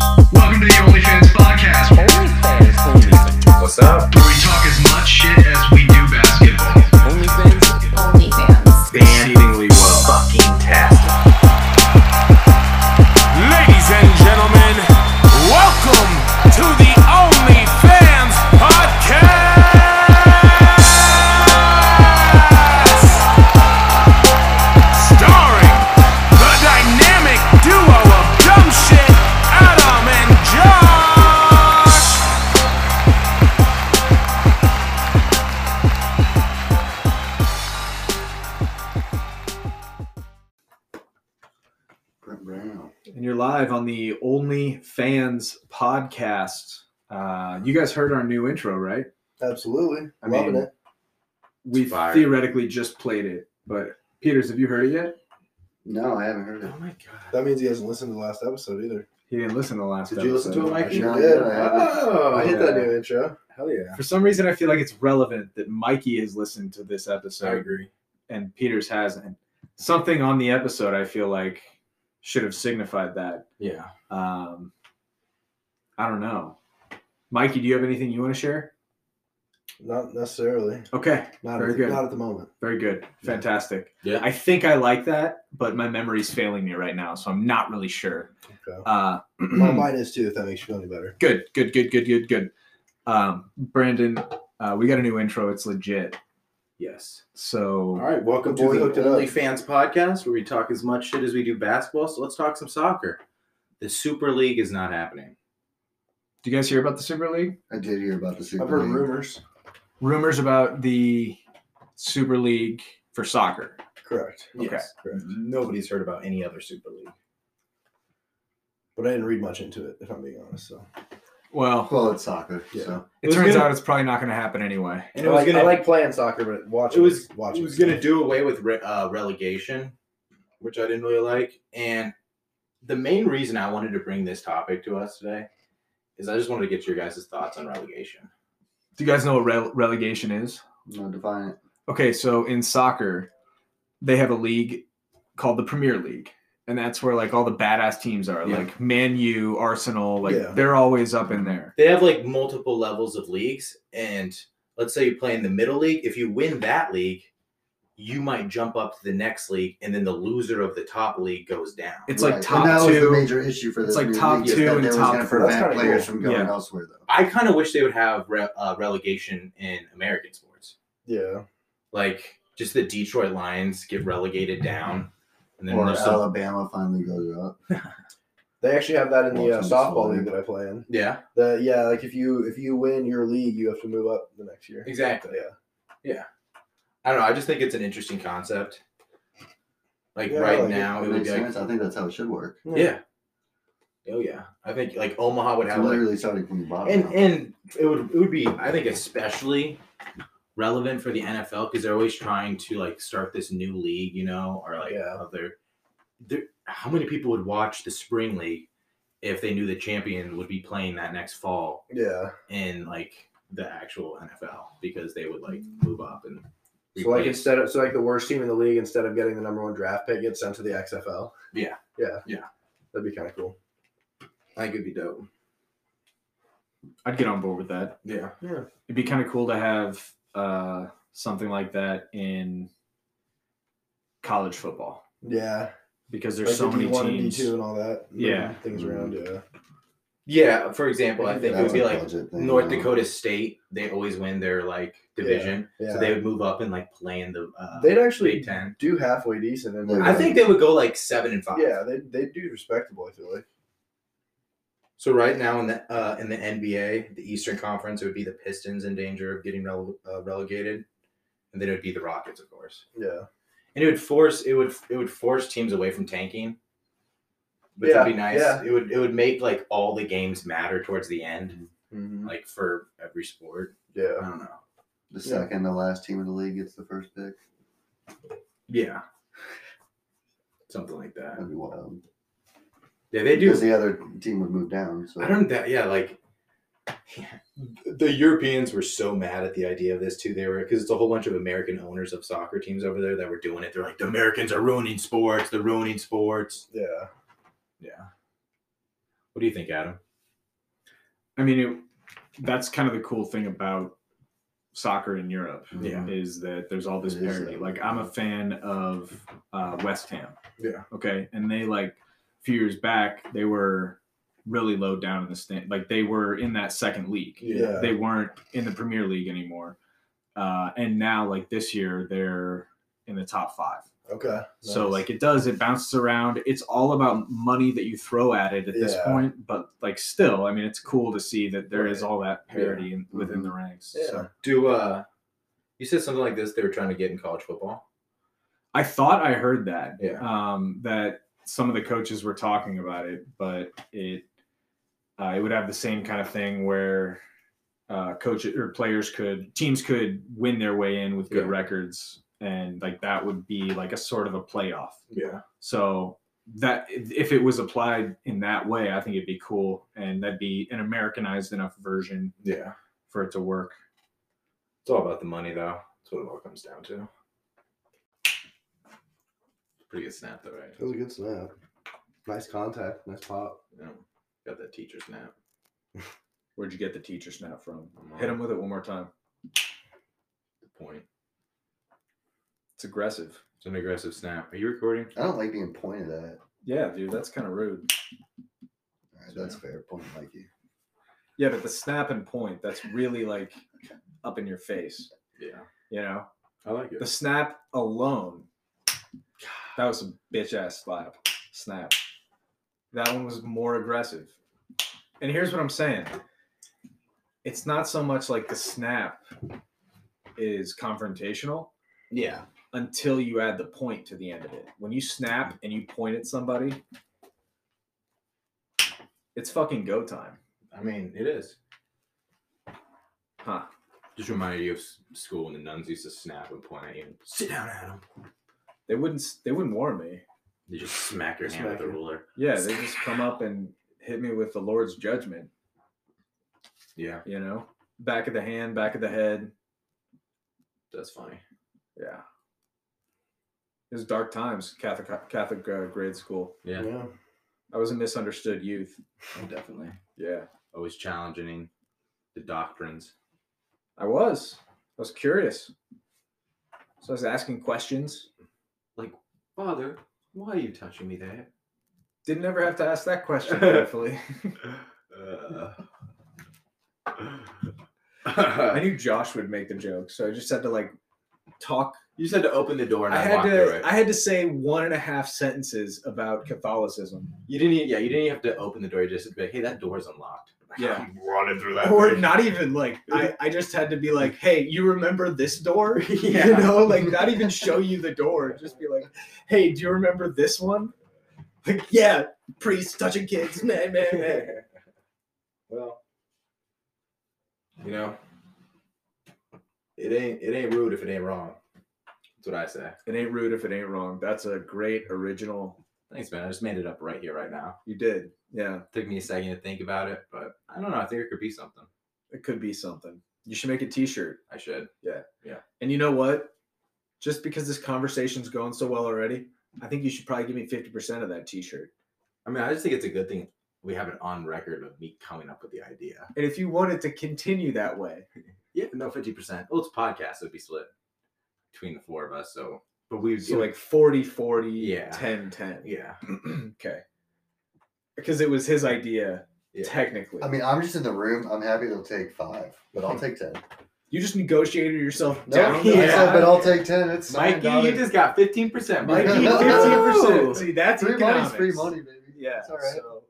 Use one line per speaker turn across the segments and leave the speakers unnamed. the OnlyFans podcast, where
OnlyFans, OnlyFans,
What's up?
we talk as much shit as we do basketball.
OnlyFans.
OnlyFans.
Exceedingly well. Fucking tastic.
Ladies and gentlemen, welcome to the OnlyFans podcast, starring the dynamic duo of dumb shit Adam and Josh.
and you're live on the Only Fans podcast. Uh, you guys heard our new intro, right?
Absolutely.
I
Loving
mean-
it.
We
It's fire.
theoretically just played it, but Peters, have you heard it yet?
No, I haven't heard
Oh
it.
my god,
That means he hasn't listened to the last episode either.
he didn't listen to the last.
Did you listen to it,
episode.
Mikey?
No, I did. I haven't.
Oh,
I hit that
yeah.
new intro.
Hell yeah.
For some reason, I feel like it's relevant that Mikey has listened to this
I
episode
agree.
and Peters hasn't. Something on the episode, I feel like, should have signified that.
Yeah.
Um, I don't know. Mikey, do you have anything you want to share?
Not necessarily.
Okay,
Not,
Very
at,
good.
not at the moment.
very good,
Yeah.
fantastic.
Yeah.
I think I like that, but my memory's failing me right now, so I'm not really sure.
Okay.
Uh,
Well, mine is too, if that makes you feel any better.
good, good, good, good, good, good. Um, Brandon, uh, we got a new intro. It's legit.
yes. All
So
right. Welcome
Boy
to
hooked
the
it up.
OnlyFans podcast, where we talk as much shit as we do basketball. So let's talk some soccer. The Super League is not happening.
do you guys hear about the Super League?
I did hear about the Super
I've heard
League.
rumors.
Rumors about the Super League for soccer.
Correct.
Yes.
Correct.
Nobody's heard about any other Super League.
But I didn't read much into it, if I'm being honest. So
Well,
Well, it's soccer,
Yeah.
so
it
It was
turns
gonna-
out it's probably not going to happen anyway.
And
I,
it was
like,
gonna.
I like playing soccer, but watching
It was-
watching.
It was going to do away with re- uh, relegation, which I didn't really like. And the main reason I wanted to bring this topic to us today is I just wanted to get your guys' thoughts on relegation.
Do you guys know what rele- relegation is?
no, define it.
Okay, so in soccer, they have a league called the Premier League, and that's where like all the badass teams are,
Yeah.
like Man U, Arsenal, like
Yeah.
they're always up in there.
They have like multiple levels of leagues. And let's say you play in the middle league. If you win that league, you might jump up to the next league. And then the loser of the top league goes down.
It's
Right.
like
and that
top
was the
two.
major issue for
it's
this.
like
new
top
league, is
two
that
and
they was
top
gonna
four.
That's
prevent
kinda
players
cool.
from going
Yeah.
elsewhere, though.
I kind of wish they would have re- uh, relegation in American sports.
Yeah.
like just the Detroit Lions get relegated down, and then
Or
there's some,
Alabama finally goes up.
They actually have that in the uh,
Watching
softball
this
league that I play in.
yeah,
The yeah, like if you if you win your league, you have to move up the next year.
exactly.
Yeah.
I don't know. I just think it's an interesting concept. Like
Yeah, I
right
like it.
now, it,
It
would
makes
be like
sense. I think that's how it should work.
yeah, oh yeah. I think like Omaha would
It's
have like,
literally starting from the bottom.
and
now.
and it would it would be I think especially relevant for the NFL because they're always trying to like start this new league, you know, or like
Yeah.
other. There, how many people would watch the spring league if they knew the champion would be playing that next fall?
Yeah.
in like the actual NFL because they would like move up and
So like
replace-
instead of so like the worst team in the league, instead of getting the number one draft pick, gets sent to the XFL.
Yeah.
Yeah.
Yeah.
That'd be kind of cool.
I think it'd be dope.
I'd get on board with that.
Yeah.
It'd be kind of cool to have uh, something like that in college football
Yeah.
because there's so
like the
many
D1 and
teams.
D2 and all that. moving
Yeah.
Things around. Yeah.
Yeah. For example, I think it would
That's
be
a
like
budget thing,
North
uh,
Dakota State. They always win their like division,
Yeah.
so they would move up and like play in the uh,
They'd actually
Big Ten.
do halfway decent. And
They
I think they would go like seven and five.
Yeah, they they do respectable. I feel like.
So right now in the uh, in the NBA, the Eastern Conference, it would be the Pistons in danger of getting rele- uh, relegated, and then it would be the Rockets, of course.
Yeah.
and it would force it would it would force teams away from tanking. Which
Yeah,
would be nice.
yeah.
It would it would make like all the games matter towards the end,
Mm-hmm.
like for every sport. I
Yeah.
don't know.
the second to last team in the league gets the first pick.
Yeah, something like that.
That'd be wild.
Yeah, they
Because
do.
the other team would move down. So
I don't that. Yeah, like the Europeans were so mad at the idea of this too. They were because it's a whole bunch of American owners of soccer teams over there that were doing it. They're like the Americans are ruining sports. They're ruining sports.
Yeah.
What do you think, Adam?
I mean, it, that's kind of the cool thing about soccer in Europe
Yeah.
is that there's all this
It is
parody.
that.
Like, I'm a fan of uh, West Ham.
Yeah.
Okay. And they, like, a few years back, they were really low down in the stand. Like, they were in that second league.
Yeah.
They weren't in the Premier League anymore. Uh, and now, like, this year, they're in the top five.
Okay.
So
nice.
like it does, it bounces around. It's all about money that you throw at it at this
Yeah.
point, but like still, I mean, it's cool to see that there is all that parity in, within
Mhm.
the ranks.
Mm-hmm. Yeah.
So.
Do uh, you said something like this? They were trying to get in college football.
I thought I heard that.
Yeah.
Um, that some of the coaches were talking about it, but it uh, it would have the same kind of thing where uh, coaches or players could teams could win their way in with good
Yeah.
records, and like that would be like a sort of a playoff.
Yeah.
So that if it was applied in that way, I think it'd be cool, and that'd be an Americanized enough version
Yeah.
for it to work.
It's all about the money, though. That's what it all comes down to. Pretty good snap, though, right?
That was a good snap. Nice contact. Nice pop.
Yeah. Got that teacher snap.
Where'd you get the teacher snap from?
I'm
Hit
on
him with it one more time.
the point.
It's aggressive.
It's an aggressive snap. Are you recording?
I don't like being pointed at. All
Yeah, dude, that's kind of rude.
right, that's fair. Point, Mikey.
Yeah, but the snap and point, that's really like up in your face.
Yeah.
You know,
I like
the
it.
snap alone, that was a bitch ass slap. Snap. That one was more aggressive. And here's what I'm saying it's not so much like the snap is confrontational
Yeah.
until you add the point to the end of it. When you snap and you point at somebody, it's fucking go time.
I mean, it is.
Huh.
Just reminded you of s- school when the nuns used to snap and point at you and sit down, Adam.
They wouldn't they wouldn't warn me.
They just smack your hand
Smack
with a
you.
ruler.
Yeah, they just come up and hit me with the Lord's judgment,
Yeah,
you know? Back of the hand, back of the head.
that's funny.
Yeah. It was dark times, Catholic Catholic uh, grade school.
Yeah,
Yeah.
I was a misunderstood youth.
definitely.
Yeah.
Always challenging the doctrines.
I was. I was curious. So I was asking questions.
Father, why are you touching me there?
Didn't ever have to ask that question, thankfully. I knew Josh would make the joke, so I just had to like talk
you just had to open the door and
I
I,
had
walked through
to
it.
I had to say one and a half sentences about Catholicism.
you didn't. Even, yeah, you didn't even have to open the door. You just had to be like, hey, that door's unlocked.
Yeah.
Running through that.
Or
bitch.
not even like I, I just had to be like, hey, you remember this door?
Yeah.
You know, like not even show you the door. Just be like, hey, do you remember this one? Like, yeah, priests touching kids. Man, man, man.
well, you know, it ain't it ain't rude if it ain't wrong. That's what I say.
It ain't rude if it ain't wrong. That's a great original
Thanks, man. I just made it up right here, right now.
you did. Yeah.
Took me a second to think about it, but I don't know. I think it could be something.
It could be something. You should make a t shirt.
I should.
And you know what? Just because this conversation's going so well already, I think you should probably give me 50% of that t shirt.
I mean, I just think it's a good thing we have it on record of me coming up with the idea.
And if you wanted to continue that way,
Yeah, no, fifty percent. Well, it's podcast. It'd be split between the four of us. So, but we
so like 40 40,
Yeah.
10 10.
yeah,
okay. Because it was his idea,
Yeah.
technically.
I mean, I'm just in the room. I'm happy they'll take five, but I'll take ten.
you just negotiated yourself
No,
down. to
I
yeah.
said, but I'll take ten. It's
Mikey,
signed,
you
dotted.
just got fifteen percent.
Mikey,
Mikey, no.
15%. See, that's
free money's
economics.
free money, baby.
Yeah.
it's all right.
So,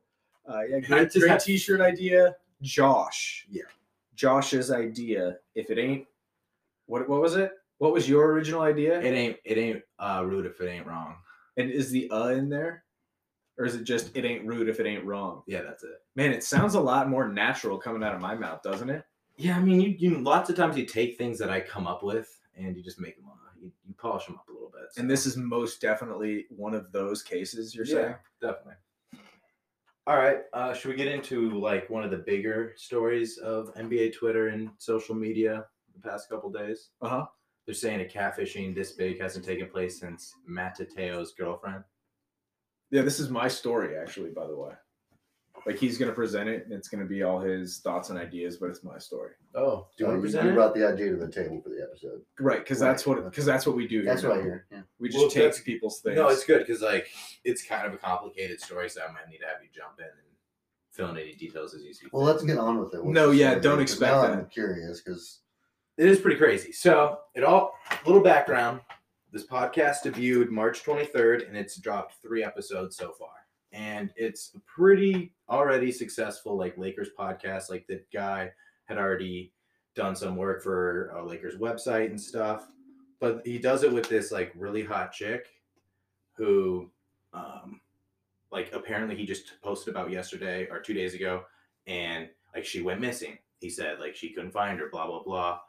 uh, yeah,
I
great,
just
great
had-
t-shirt idea. Josh.
Yeah.
Josh's idea. If it ain't, what what was it? What was your original idea?
It ain't it ain't uh, rude if it ain't wrong.
and is the uh in there, or is it just it ain't rude if it ain't wrong?
Yeah, that's it.
Man, it sounds a lot more natural coming out of my mouth, doesn't it?
Yeah, I mean, you, you lots of times you take things that I come up with and you just make them. Uh, you, you polish them up a little bit. so-
And this is most definitely one of those cases you're
Yeah,
saying.
definitely. All right, uh, should we get into like one of the bigger stories of NBA Twitter and social media the past couple days?
Uh-huh.
They're saying a catfishing this big hasn't taken place since Matt Tateo's girlfriend.
Yeah, this is my story actually, by the way. Like he's gonna present it, and it's gonna be all his thoughts and ideas, but it's my story.
Oh, do you want
you,
to
you
present it?
brought the idea to the table for the episode.
Right, because
Right,
that's what because that's what we do.
That's
here.
what I hear. Yeah.
We
Well,
just take
that's-
people's things.
No, it's good because like it's kind of a complicated story, so I might need to have you jump in and fill in any details as you see.
Well, let's get on with it. What's
No,
the
yeah,
story?
don't
'Cause
expect
now I'm
that.
curious because
it is pretty crazy. So, it all little background. This podcast debuted March 23rd, and it's dropped three episodes so far. And it's a pretty already successful, like Lakers podcast. Like the guy had already done some work for a Lakers website and stuff. But he does it with this like really hot chick who, um, like apparently he just posted about yesterday or two days ago, and like she went missing. He said like she couldn't find her, blah blah blah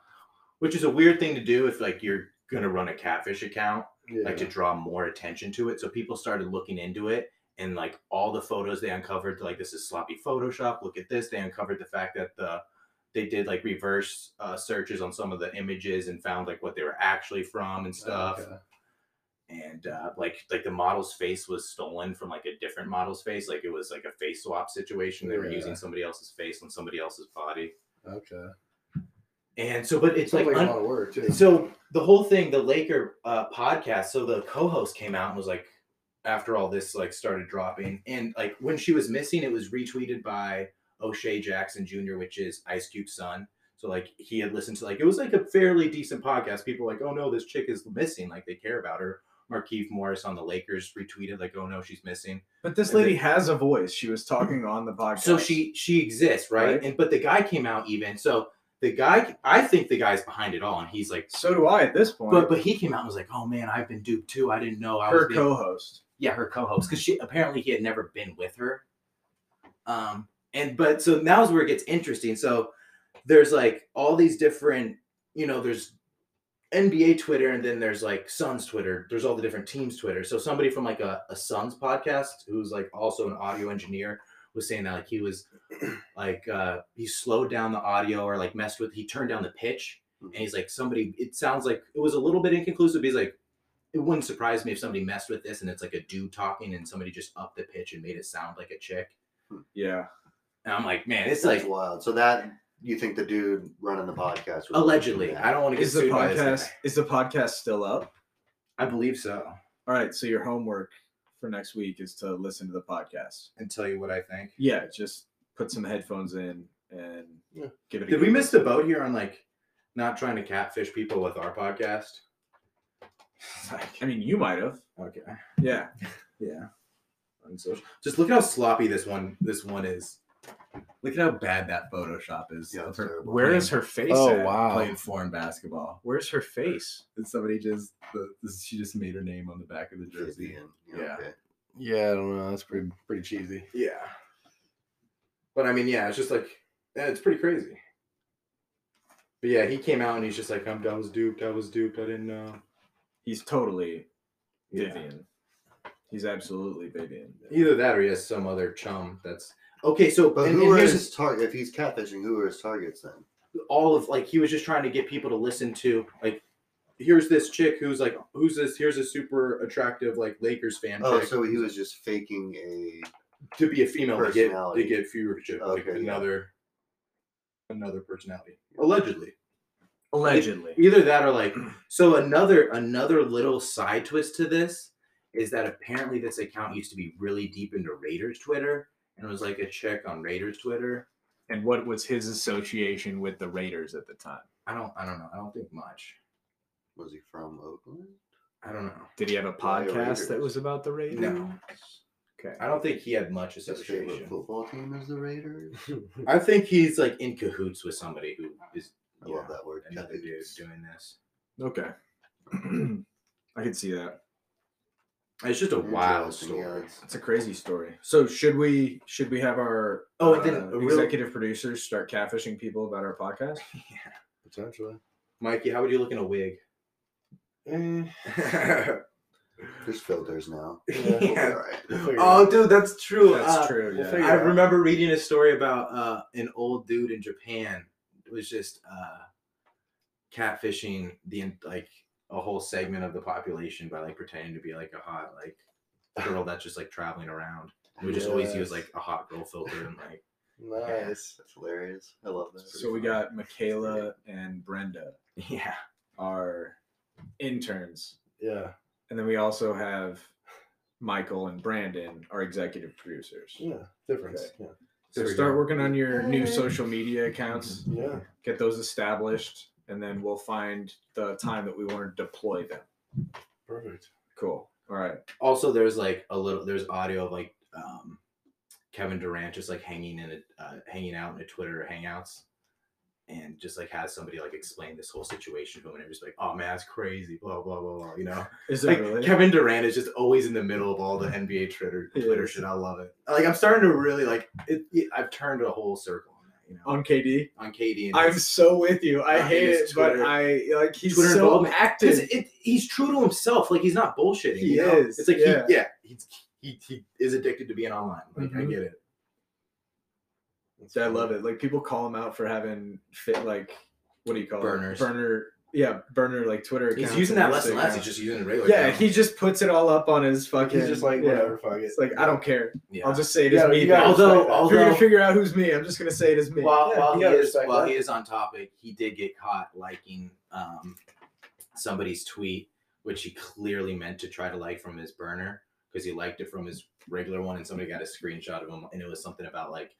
which is a weird thing to do if like you're gonna run a catfish account
Yeah.
like to draw more attention to it so people started looking into it and like all the photos they uncovered like this is sloppy photoshop look at this they uncovered the fact that the they did like reverse uh, searches on some of the images and found like what they were actually from and stuff
Oh, Okay.
and uh, like like the model's face was stolen from like a different model's face like it was like a face swap situation they were
Yeah.
using somebody else's face on somebody else's body
Okay.
and so but it's
Sounds
like
like,
un-
a lot of work too.
so the whole thing, the Laker uh, podcast. So the co-host came out and was like, after all this like started dropping, and like when she was missing, it was retweeted by O'Shea Jackson Jr., which is Ice Cube's son. So like he had listened to like it was like a fairly decent podcast. People were like, oh no, this chick is missing. Like they care about her. Markeith Morris on the Lakers retweeted like, oh no, she's missing.
But this
And
lady has a voice. She was talking on the podcast.
So she she exists, right?
Right.
And but the guy came out even. So the guy, I think the guy's behind it all, and he's like.
So do I at this point.
But but he came out and was like, "Oh man, I've been duped too. I didn't know I was
her
being-
co-host.
yeah her co-host because she apparently he had never been with her." Um and but so now is where it gets interesting. So there's like all these different you know there's NBA Twitter and then there's like Suns Twitter. There's all the different teams Twitter. So somebody from like a, a Suns podcast who's like also an audio engineer was saying that like he was like uh he slowed down the audio or like messed with he turned down the pitch and he's like somebody it sounds like it was a little bit inconclusive but he's like it wouldn't surprise me if somebody messed with this and it's like a dude talking and somebody just upped the pitch and made it sound like a chick
Yeah.
and i'm like man it's
it's
like
wild. So that you think the dude running the podcast was
allegedly i don't want to get
Is the
sued by this
podcast
guy.
is the podcast still up?
i believe so
All right. So your homework for next week is to listen to the podcast.
and tell you what i think
Yeah. Just put some headphones in and
Yeah.
give it. a
did we
good
miss the boat here on like not trying to catfish people with our podcast
listen. I mean, you might have.
okay
Yeah.
yeah unsocial just look at how sloppy this one this one is look at how bad that photoshop is
Yeah, it's
Her-
terrible.
Where
Playing-
is her face?
Oh
at?
wow.
playing foreign basketball
Where's her face?
and somebody just the, this, she just made her name on the back of the jersey.
Caribbean,
Yeah.
okay.
Yeah, I don't know. That's pretty pretty cheesy.
Yeah, but I mean, yeah, it's just like yeah, it's pretty crazy. But yeah, he came out and he's just like, "I'm I was duped. I was duped. I didn't know."
He's totally
Yeah.
Vivian. He's absolutely Vivian.
Either that or he has some other chum that's okay. So,
But
and,
who
and
are
here's
his target? If he's catfishing, who are his targets then?
all of like he was just trying to get people to listen to like. Here's this chick who's like, who's this? Here's a super attractive like Lakers fan.
Oh,
chick
so he was just faking a.
to be a female to get to
Personality.
get viewership, like
Okay, yeah.
another another personality, allegedly.
Allegedly.
Either that or like so another another little side twist to this is that apparently this account used to be really deep into Raiders Twitter and it was like a check on Raiders Twitter.
and what was his association with the Raiders at the time?
I don't I don't know. I don't think much.
Was he from Oakland?
I don't know.
Did he have a
Why
podcast that
Raiders?
was about the Raiders?
No.
Okay.
I don't think he had much
His favorite
association.
football team is the Raiders.
I think he's like in cahoots with somebody who is
I
yeah,
love that word.
another dude
cahoots.
doing this.
Okay. I can see that.
It's just a wild
Interesting, yeah,
story.
it's-
It's a crazy story. So should we should we have our
Oh, and then
uh,
a real-
executive producers start catfishing people about our podcast?
Potentially.
Mikey, how would you look in a wig?
There's filters now.
Yeah.
We'll be all right.
Oh, dude, that's true.
That's
Uh,
true.
we'll
yeah.
figure
I remember reading a story about uh, an old dude in Japan It was just uh, catfishing the en- like a whole segment of the population by like pretending to be like a hot like girl that's just like traveling around. We just always
Yes.
use like a hot girl filter and like
Nice. That's hilarious. I love that.
So we got Michaela and Brenda,
yeah.
our interns,
Yeah.
and then we also have Michael and Brandon, our executive producers.
Yeah. Difference.
So
There we
start
go.
working on your new social media accounts,
Yeah. Yeah.
get those established, and then we'll find the time that we want to deploy them.
Perfect.
Cool. All right.
Also, there's like a little there's audio of like um, Kevin Durant just like hanging in a uh, hanging out in a Twitter Hangouts, and just like has somebody like explain this whole situation to him, and everybody's like, "Oh man, that's crazy." Blah blah blah blah. You know,
Is that
like
really?
Kevin Durant is just always in the middle of all the NBA Twitter
He
Twitter
is.
shit. I love it. Like I'm starting to really like it, it- I've turned a whole circle on that. You know,
on KD?
on KD. And
I'm
his-
so with you. I
I hate
hate it,
his
but
Twitter-
I like he's
Twitter
so
involvement. 'Cause
active.
it, he's true to himself. Like he's not bullshitting.
He
you know?
is,
It's like
yeah.
he, yeah, he's, he he is addicted to being online. Like I
Mhm.
get it.
I love it. Like people call him out for having fit like what do you call
Burners.
it? Burner. Yeah, burner like Twitter.
He's
accounts
using
and
that less and
Insta
less. He's
accounts.
just using it regular.
yeah,
now.
he just puts it all up on his fucking.
He's just like
yeah.
whatever. Fuck it.
It's like I don't care.
Yeah.
I'll just say it is
Yeah,
me.
you gotta
now.
respect
Although-
that.
although-
if you're gonna figure out who's me, I'm just gonna say it is me.
while,
Yeah,
while
you
he
gotta
is
respect
while
that.
he is on topic, he did get caught liking um, somebody's tweet, which he clearly meant to try to like from his burner because he liked it from his regular one, and somebody got a screenshot of him, and it was something about like,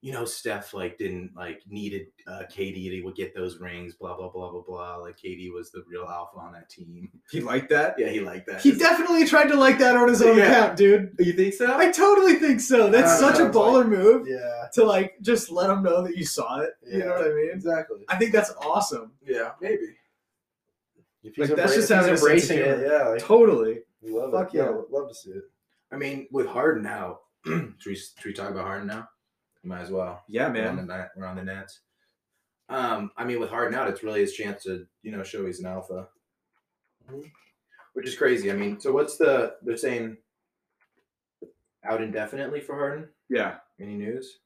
you know, Steph like didn't like needed uh, KD to get those rings, blah blah blah blah blah. Like KD was the real alpha on that team.
He liked that.
Yeah, he liked that.
He definitely tried to like that on his own
Yeah.
account, dude.
you think so?
I totally think so. That's
Uh,
such a
sounds like-
baller move
Yeah.
to like just let them know that you saw it. You know
Yeah.
what I mean?
Exactly.
I think that's awesome.
yeah, maybe.
If
Like,
embra-
that's just
if
having a
he's
sense of
embracing it.
humor.
Yeah. Like,
Totally.
we love
Fuck
it. Yeah.
yeah.
Love to see it.
I mean, with Harden now, should, we, should we talk about Harden now? Might as well.
Yeah,
We're on the Ni- we're on the Nets. Um, I mean, with Harden out, it's really his chance to you know show he's an alpha, which is crazy. I mean, so what's the they're saying out indefinitely for Harden?
Yeah.
Any news?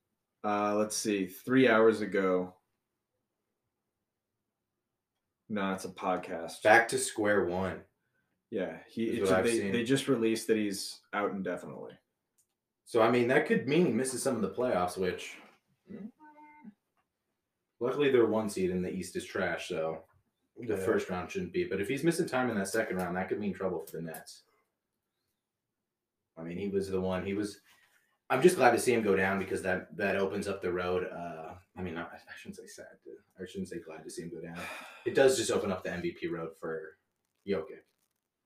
Uh, let's see. Three hours ago. No, it's a podcast.
Back to square one.
yeah, he.
Is
It's,
what I've
they,
seen.
they just released that he's out indefinitely.
So I mean, that could mean he misses some of the playoffs, which hmm, luckily they're one seed and the East is trash, so the
Yeah.
first round shouldn't be. But if he's missing time in that second round, that could mean trouble for the Nets. I mean, he was the one. He was. I'm just glad to see him go down because that that opens up the road. Uh, I mean, I, I shouldn't say sad. to- I shouldn't say glad to see him go down. It does just open up the MVP road for Jokic.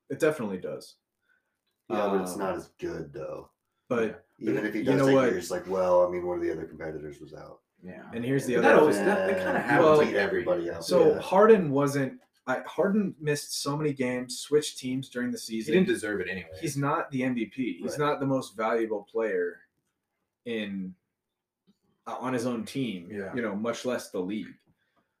It definitely does.
Yeah, but it's
Um,
not as good though.
But
Even if he
you
does
know
take
what?
it, you're just like, well, I mean, one of the other competitors was out.
Yeah.
and here's the
But
other.
that always that, that kind
Yeah,
of
you
happens.
Well,
like
beat
every year.
everybody out.
So
yeah.
Harden wasn't. I, Harden missed so many games, switched teams during the
He
season.
didn't deserve it anyway.
He's not the MVP. He's
Right.
not the most valuable player in uh, on his own team.
Yeah.
You know, much less the league.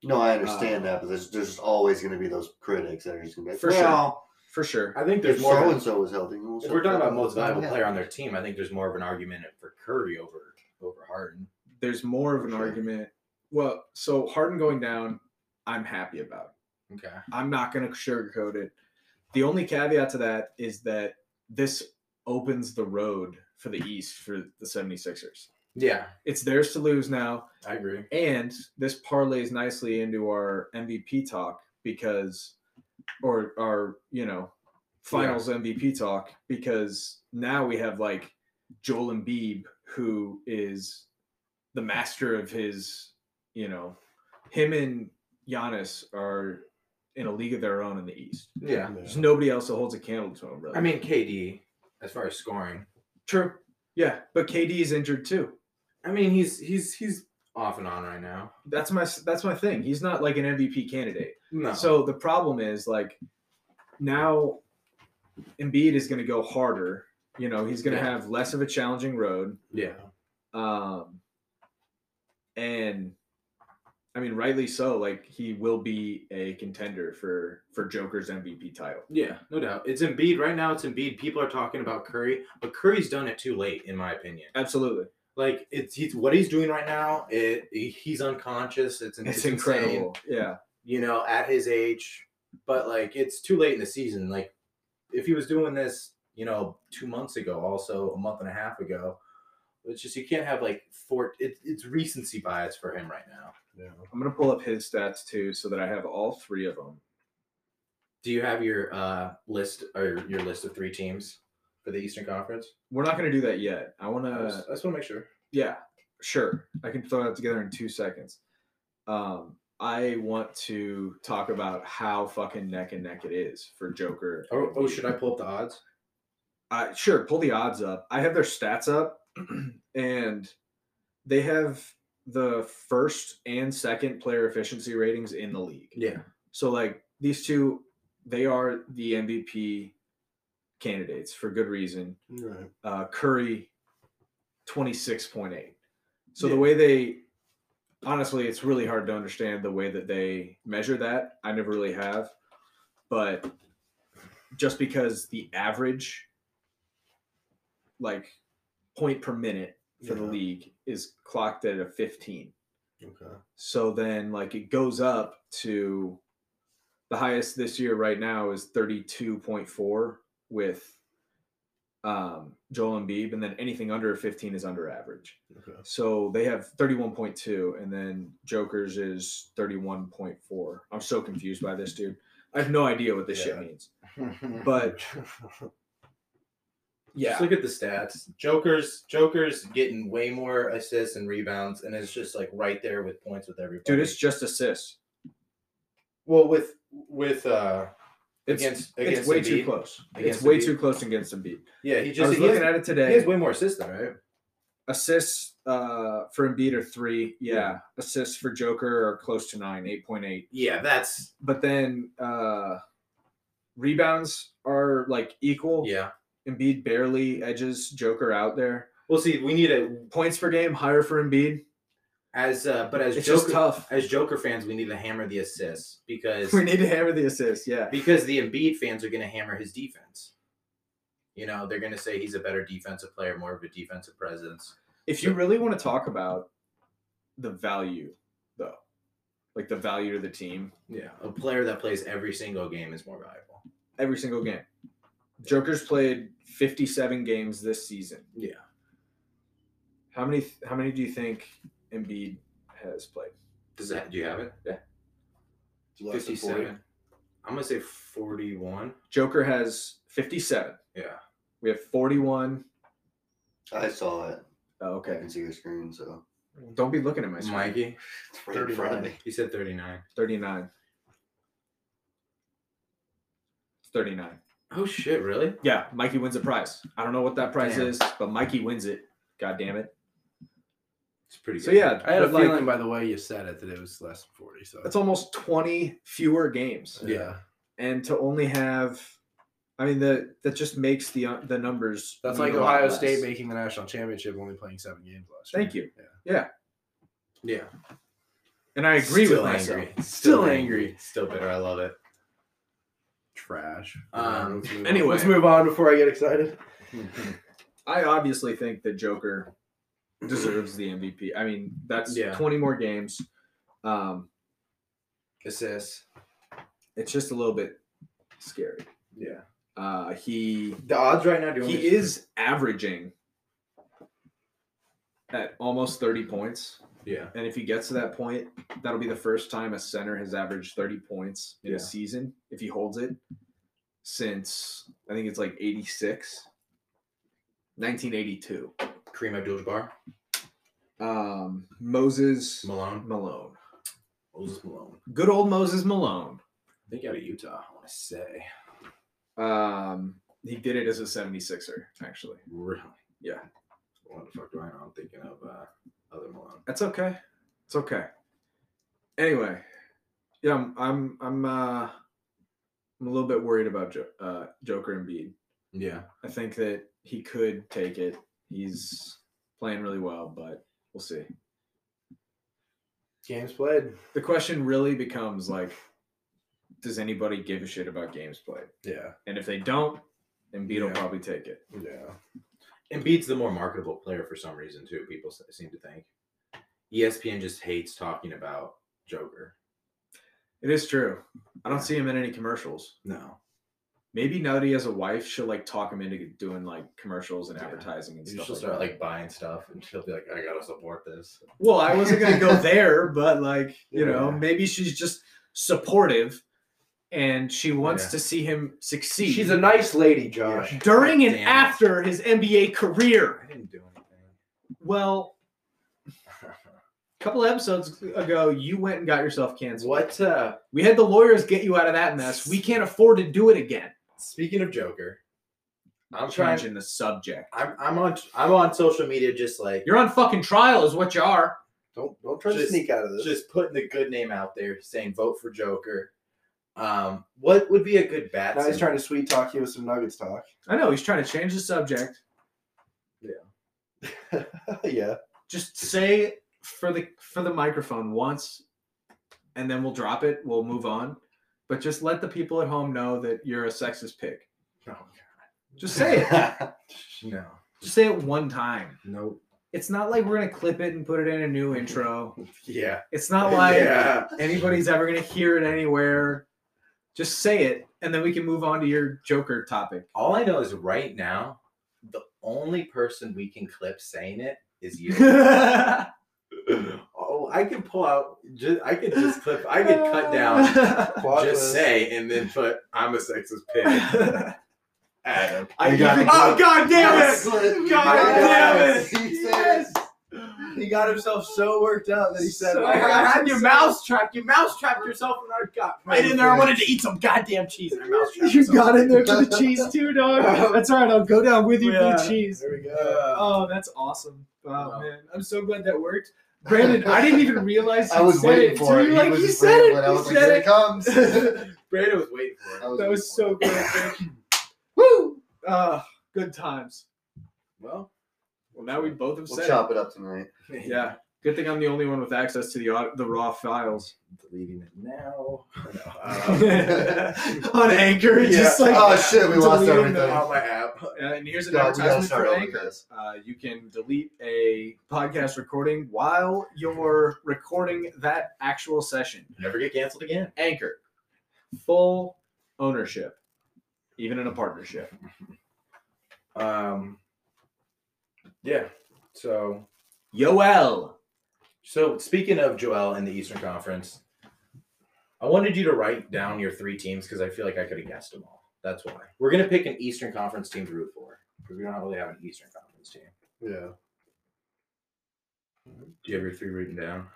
no,
uh,
I understand that, but there's, there's just always going to be those critics that are just going to be like,
For sure.
well,
For sure.
I think
if
there's more. of
so
an-
and so was healthy, we'll
if we're talking about most
shut
valuable
down.
player on their team, I think there's more of an argument for Curry over over Harden.
There's more of
For
an
sure.
argument. Well, so Harden going down, I'm happy about.
Okay.
I'm not going to sugarcoat it. The only caveat to that is that this opens the road for the East for the 76ers.
Yeah,
It's theirs to lose now.
I agree.
And this parlays nicely into our MVP talk because, or our, you know, finals MVP talk because now we have like Joel Embiid, who is the master of his, you know, him and Giannis are in a league of their own in the East.
Yeah.
There's nobody else that holds a candle to him, really.
I mean, KD, as far as scoring,
true. Yeah. But KD is injured too.
I mean, he's he's he's off and on right now.
That's my that's my thing. He's not like an MVP candidate.
No.
So the problem is like now Embiid is going to go harder. You know, he's going to
Yeah.
have less of a challenging road.
yeah,
Um, and I mean, rightly so. Like he will be a contender for for Joker's MVP title.
yeah, no doubt. It's Embiid right now. It's Embiid. People are talking about Curry, but Curry's done it too late, in my opinion.
Absolutely,
Like it's he's what he's doing right now. It he's unconscious. It's
it's,
insane.
incredible. Yeah,
you know, at his age. But like, it's too late in the season. Like, if he was doing this, you know, two months ago, also a month and a half ago, It's just you can't have like four. It, it's recency bias for him right now.
I'm gonna pull up his stats too, so that I have all three of them.
Do you have your uh, list or your list of three teams for the Eastern Conference?
We're not gonna do that yet. I
I
wanna.
just, I just want to make sure.
Yeah, sure. I can throw that together in two seconds. Um, I want to talk about how fucking neck and neck it is for Joker.
Oh, oh, should I pull up the odds?
Uh, sure, pull the odds up. I have their stats up, and they have the first and second player efficiency ratings in the league.
Yeah.
So like these two, they are the MVP candidates for good reason
Right.
uh, Curry 26.8. So the
Yeah.
way they honestly, it's really hard to understand the way that they measure that. I never really have, but just because the average, like point per minute for the
Yeah.
league, is clocked at a 15.
Okay.
So then, like, it goes up to the highest this year right now is 32.4 with um, Joel Embiid, and then anything under 15 is under average.
Okay.
So they have 31.2, and then Joker's is 31.4. I'm so confused by this, dude. I have no idea what this
Yeah.
shit means. But yeah,
Just look at the stats. Joker's Joker's getting way more assists and rebounds, and it's just like right there with points with everybody.
dude, it's just assists.
well with with uh
It's,
Against-
it's
against
way
Embiid?
too close.
Against
it's way
Embiid?
too close against Embiid.
yeah he
I
just
was
he
looking at
has,
it today.
he has way more assists though, right?
assists uh, for Embiid are three. Yeah. assists for Joker are close to nine, eight point eight.
Yeah, that's
But then uh, rebounds are like equal.
yeah.
Embiid barely edges Joker out there.
We'll see. We need a
Points per game higher for Embiid.
as uh, but as
It's just
Joker
tough.
as Joker fans, we need to hammer the assists because
We need to hammer the assists. Yeah,
because the Embiid fans are going to hammer his defense. You know, they're going to say he's a better defensive player, more of a defensive presence.
if you really want to talk about the value, though, like the value to the team,
Yeah, a player that plays every single game is more valuable.
every single game. Joker's played 57 games this season.
Yeah.
How many how many do you think Embiid has played?
Does that? Do you have it?
It's less than 40.
Fifty-seven. I'm gonna say forty-one.
Joker has 57.
Yeah.
We have 41.
I saw it.
Oh,
I
okay.
can see your screen, so
Don't be looking at my screen.
Mikey,
it's right in front of me.
he said thirty-nine.
39. It's 39.
Oh shit! Really?
Yeah, Mikey wins a prize. I don't know what that prize
Damn.
is, but Mikey wins it. God damn it.
It's pretty. Good.
So yeah,
I had a
but, like,
feeling by the way you said it that it was less than 40. So
that's almost 20 fewer games.
yeah.
and to only have i mean the that just makes the uh, the numbers
That's
mean
like
a lot
Ohio
less.
State making the national championship only playing seven games last year.
thank you
yeah.
and i agree
Still
with myself
angry. Still,
angry.
Still bitter. I love it.
Trash.
Um,
Let's move on.
anyway.
let's move on before I get excited.
i obviously think that joker deserves the mvp i mean that's
Yeah.
20 more games um
Assists.
it's just a little bit scary
Yeah.
uh he
The odds right now. Do you want
he
me to-
is averaging at almost 30 points
Yeah.
And if he gets to that point, that'll be the first time a center has averaged 30 points in
Yeah.
a season if he holds it since I think it's like 86, 1982.
Kareem Abdul-Jabbar.
Um, Moses
Malone.
Malone.
Moses Malone. I
Good old Moses Malone.
think out of Utah. I want to say.
Um, he did it as a 76er, actually.
Really?
Yeah.
What the fuck do I know? I'm thinking of uh, other Malone.
That's okay. It's okay. Anyway, yeah, I'm I'm I'm, uh, I'm a little bit worried about jo- uh, Joker and Bede.
Yeah.
I think that he could take it. He's playing really well, but we'll see.
Games played.
The question really becomes like, does anybody give a shit about games played?
Yeah.
And if they don't, Embiid will
Yeah.
probably take it.
Yeah.
Embiid's the more marketable player for some reason too. People s- seem to think. E ESPN just hates talking about Joker.
It is true. I don't see him in any commercials.
No.
Maybe now that he has a wife, she'll like talk him into doing like commercials and
Yeah.
advertising and
Maybe
stuff.
she'll
Like that.
start like buying stuff, and she'll be like, "I gotta support this."
well, I wasn't gonna go there, but like you know,
Yeah.
maybe she's just supportive, and she wants
Yeah.
to see him succeed.
She's a nice lady, Josh.
during and
Damn it.
after his NBA career.
I didn't do anything.
Well, a couple episodes ago, you went and got yourself canceled.
What? Uh,
We had the lawyers get you out of that mess. We can't afford to do it again.
speaking of Joker, I'm trying.
Changing the subject.
I'm, I'm on. I'm on social media, just like
You're on fucking trial, is what you are.
Don't don't try to
Just-
sneak out of this.
just putting the good name out there, saying vote for Joker. Um, what would be a good bat?
now he's
symbol?
trying to sweet talk you with some Nuggets talk.
I know he's trying to change the subject.
yeah.
Just say for the for the microphone once, and then we'll drop it. We'll move on. But just let the people at home know that you're a sexist pig.
Oh,
Just say it.
No,
just say it one time.
nope.
It's not like we're gonna clip it and put it in a new intro.
Yeah,
It's not like
yeah.
anybody's ever going to hear it anywhere. Just say it, and then we can move on to your Joker topic.
All I know is right now, the only person we can clip saying it is you. oh, I can pull out. Just, I could just clip. I could cut down.
Plot
Just
twist.
say and then put. I'm a sexist pig. Adam.
I
We got
even-
it.
oh God damn
Yes!
it!
God
damn
it! He said
Yes.
He got himself so worked up that he said,
So-
"Oh, God."
had you mouse trapped. You mouse trapped yourself in our gut.
right in there. I wanted
to eat some goddamn cheese. And I mouse
You got in there for the cheese too, dog. That's all right. I'll go down with you for
Yeah.
the cheese.
There we go.
Oh, that's awesome. Wow,
Wow.
man, I'm so glad that worked. Brandon, I didn't even realize you
I was
said
waiting
it.
for
too.
it.
Like
was
you
just
said
waiting
it.
for it. I
You
was like, here
said
it comes.
it.
Brandon was waiting for it.
I was
That
waiting
was
for
so
it.
good. Woo! Uh, good times.
Well,
Well, now we both have
We'll
said.
chop it up tonight.
it. Yeah. Good thing I'm the only one with access to the au- the raw files
deleting it now.
on Anchor. it's
Um, Yeah.
Just like
oh shit, we lost
deleting
everything.
the-
on my app.
Uh, and here's an
God, we gotta
advertisement
start
for
over
Anchor.
this.
Uh, you can delete a podcast recording while you're recording that actual session.
Never get canceled again.
Anchor, full ownership, even in a partnership.
Um. Yeah. So.
Yoel.
So speaking of Joel and the Eastern Conference, I wanted you to write down your three teams because I feel like I could have guessed them all. That's why we're gonna pick an Eastern Conference team to root for because we don't really have an Eastern Conference team.
Yeah.
Do you have your three written down?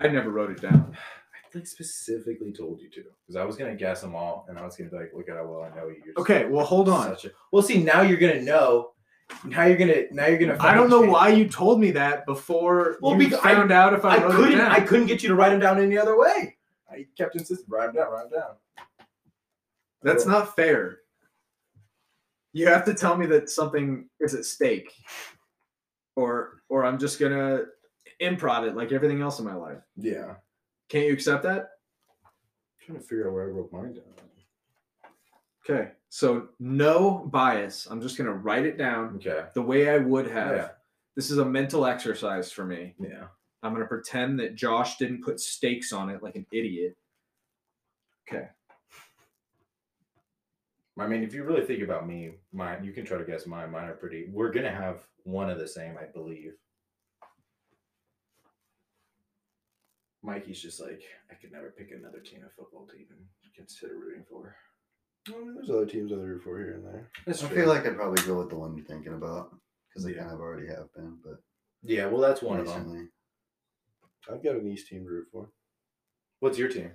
I never wrote it down.
I like specifically told you to because I was gonna guess them all and I was gonna be like, look at how well I know you. You're
Okay, well, hold on.
such a- well, see, now you're gonna know. Now you're gonna. Now you're gonna.
I don't know
fucking
why you told me that before
Well,
you
because I-
found out if I,
I
wrote it
couldn't.
down.
I couldn't get you to write them down any other way. I kept insisting, write them down, write them down.
That's not fair. You have to tell me that something is at stake, or or I'm just gonna improv it like everything else in my life.
Yeah.
Can't you accept that?
trying to figure out where I wrote mine down.
Okay, so no bias. I'm just gonna write it down
Okay.
the way I would have.
Yeah.
This is a mental exercise for me.
Yeah.
I'm gonna pretend that Josh didn't put stakes on it like an idiot. Okay.
I mean, if you really think about me, mine, you can try to guess mine. Mine are pretty. We're going to have one of the same, I believe. Mikey's just like, I could never pick another team of football to even consider rooting for.
Well, I mean, there's other teams I root for here and there.
That's
I
true.
feel like I'd probably go with the one you're thinking about because I
Yeah.
kind of already have been, but
yeah, well, that's one of them.
recently.
I've got an East team to root for.
What's your team?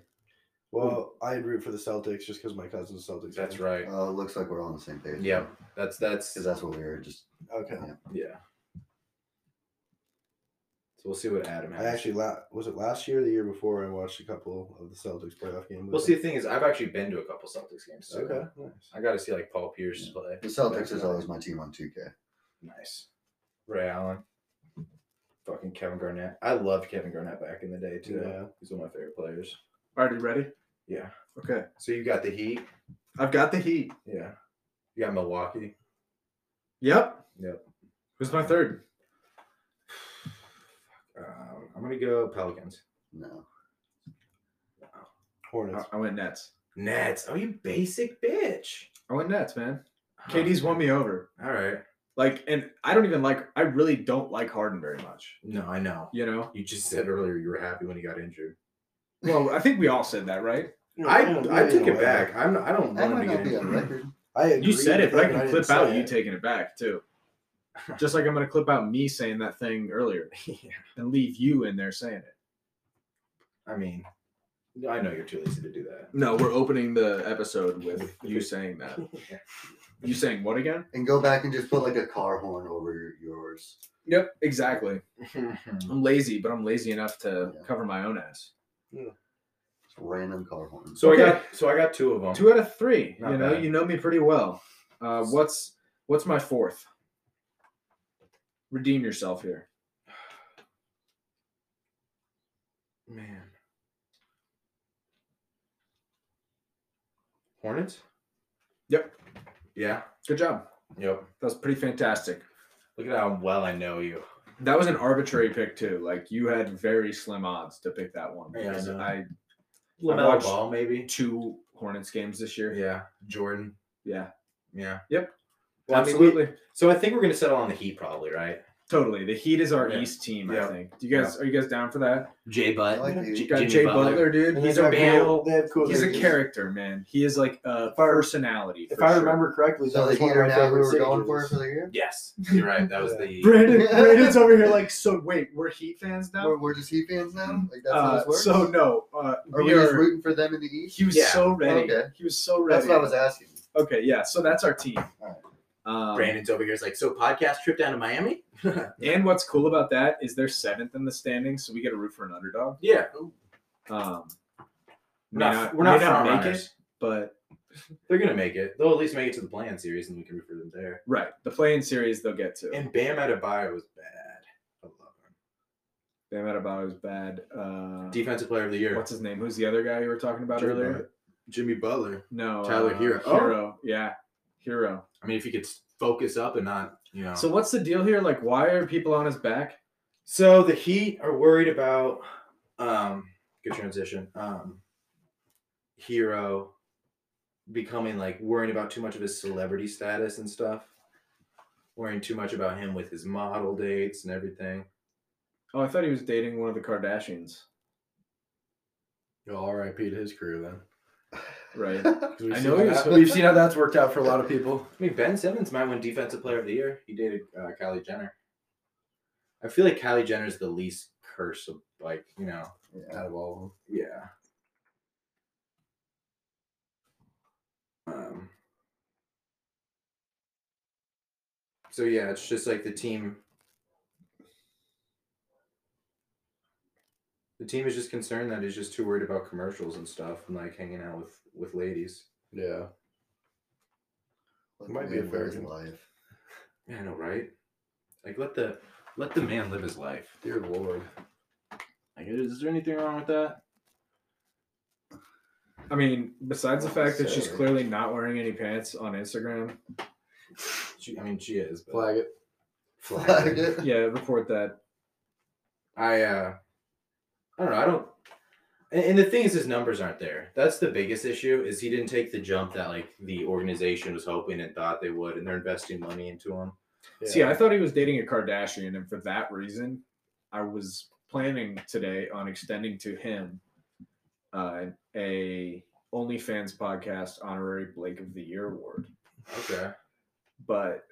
Well,
Hmm.
I'd root for the Celtics just because my cousin's a Celtics.
That's
fan.
right.
Uh, it looks like we're all on the same page.
Yeah. That's, that's,
because that's what we were just.
Okay.
yeah. So we'll see what Adam
I
has.
actually la- was it last year or the year before I watched a couple of the Celtics playoff games.
well, see, the thing is, I've actually been to a couple Celtics games. too.
Okay. Nice.
I got to see like Paul Pierce
Yeah.
play.
The Celtics is always my team on 2K.
Nice. Ray Allen. Fucking Kevin Garnett. I loved Kevin Garnett back in the day too.
Yeah.
He's one of my favorite players.
All right, you ready?
Yeah.
Okay.
So you got the Heat.
I've got the heat.
Yeah. You got Milwaukee.
Yep.
Yep.
Who's my third?
Um, I'm gonna go Pelicans.
No.
Hornets.
I went Nets.
Nets. Oh, you basic bitch.
I went Nets, man. KD's won me over.
All right.
Like, and I don't even like. I really don't like Harden very much.
No, I know.
You know.
You just said earlier you were happy when he got injured.
Well, I think we all said that, right?
You know,
I
don't
I
really
took
know
it
what
back. I'm not, I don't
That
want to get
might not be
injured.
on record.
I agree
You said
with
it, but I
that,
can
didn't
clip
say
out you
it.
taking it back too. Just like I'm gonna clip out me saying that thing earlier
Yeah.
and leave you in there saying it.
I mean, I know you're too lazy to do that.
No, we're opening the episode with you saying that. You saying what again?
And go back and just put like a car horn over yours.
Yep, exactly. I'm lazy, but I'm lazy enough to cover my own ass.
Just random car horn.
so
Okay.
I got so I got two of them.
Two out of three.
Not
you know,
bad.
you know me pretty well. Uh, what's what's my fourth? Redeem yourself here.
Man. Hornets?
Yep.
Yeah.
Good job.
Yep.
That was pretty fantastic.
Look at how well I know you.
That was an arbitrary pick too. Like you had very slim odds to pick that one.
Yeah, I
because
know.
I
LaMelo
watched-
Ball, maybe.
two Hornets games this year.
Yeah. Jordan.
Yeah.
Yeah.
Yep.
Well, I mean, we-
Absolutely.
so I think we're gonna settle on the Heat, probably, right?
totally. The Heat is our
Yeah.
East team,
Yeah.
I think. Do you guys are you guys down for that?
Jay
I
Butt.
like the-
You got
Jimmy
Jay
Butler.
Butler, dude.
And
He's
they
a
have cool-
real
They have cool.
He's a
jerseys.
character, man. He is like a
I-
personality.
If
for
I
sure.
remember correctly, that
So the
was one of
heater
my
now who
favorite
we're going for
signatures.
for the year?
Yes. You're right. That was the
Brandon, Brandon's over here like, so wait, we're Heat fans
We're,
now.
we're just Heat fans now? Like that's how
Uh,
this works?
so no, uh,
Are
we,
we just
are.
rooting for them in the East?
he was
Yeah.
so ready.
Okay.
He was so ready.
That's what I was asking.
Okay, yeah. So that's our team.
Alright.
Um,
Brandon's over here is like, so podcast trip down to Miami?
And what's cool about that is they're seventh in the standings, so we get a root for an underdog.
Yeah.
Um,
We're
may
not,
not-
we're not,
may not
front
make
runners.
it, but
They're gonna make it. They'll at least make it to the play-in series, and we can root for them there.
right, the play-in series they'll get to.
And Bam Adebayo was bad. I love
Bam
him.
Adebayo's bad. Uh,
Defensive Player of the Year.
what's his name? Who's the other guy you were talking about
Jimmy
earlier?
Butler. Jimmy Butler.
No,
Tyler
uh,
Hero. Oh.
Hero, yeah, Hero.
I mean, if he could s- focus up and not, you know.
So what's the deal here? Like, why are people on his back?
So the Heat are worried about um good transition. Um Hero becoming like worrying about too much of his celebrity status and stuff. Worrying too much about him with his model dates and everything.
Oh, I thought he was dating one of the Kardashians.
R.I.P. to his career then.
Right.
We've
I
seen
know
how
he was-
that- We've seen how that's worked out for a lot of people.
I mean, Ben Simmons might win Defensive Player of the Year. He dated uh, Kylie Jenner. I feel like Kylie Jenner is the least curse of, like, you know.
Yeah.
Out of all of them.
Yeah. Um. So yeah, it's just like the team. The team is just concerned that he's just too worried about commercials and stuff and like hanging out with with ladies.
Yeah.
Like,
Might be
man,
a
where's
virgin.
life.
Yeah, I know, right? Like let the let the man live his life.
Dear Lord.
Like, is there anything wrong with that?
I mean, besides the fact that she's
Sorry.
clearly not wearing any pants on Instagram.
She, I mean, she is. But
Flag it.
Flag it.
Yeah, report that.
I uh I don't know, I don't and, and the thing is his numbers aren't there. That's the biggest issue is he didn't take the jump that like the organization was hoping and thought they would and they're investing money into him.
See, I thought he was dating a Kardashian, and for that reason, I was planning today on extending to him uh, a OnlyFans podcast honorary Blake of the Year award.
Okay.
But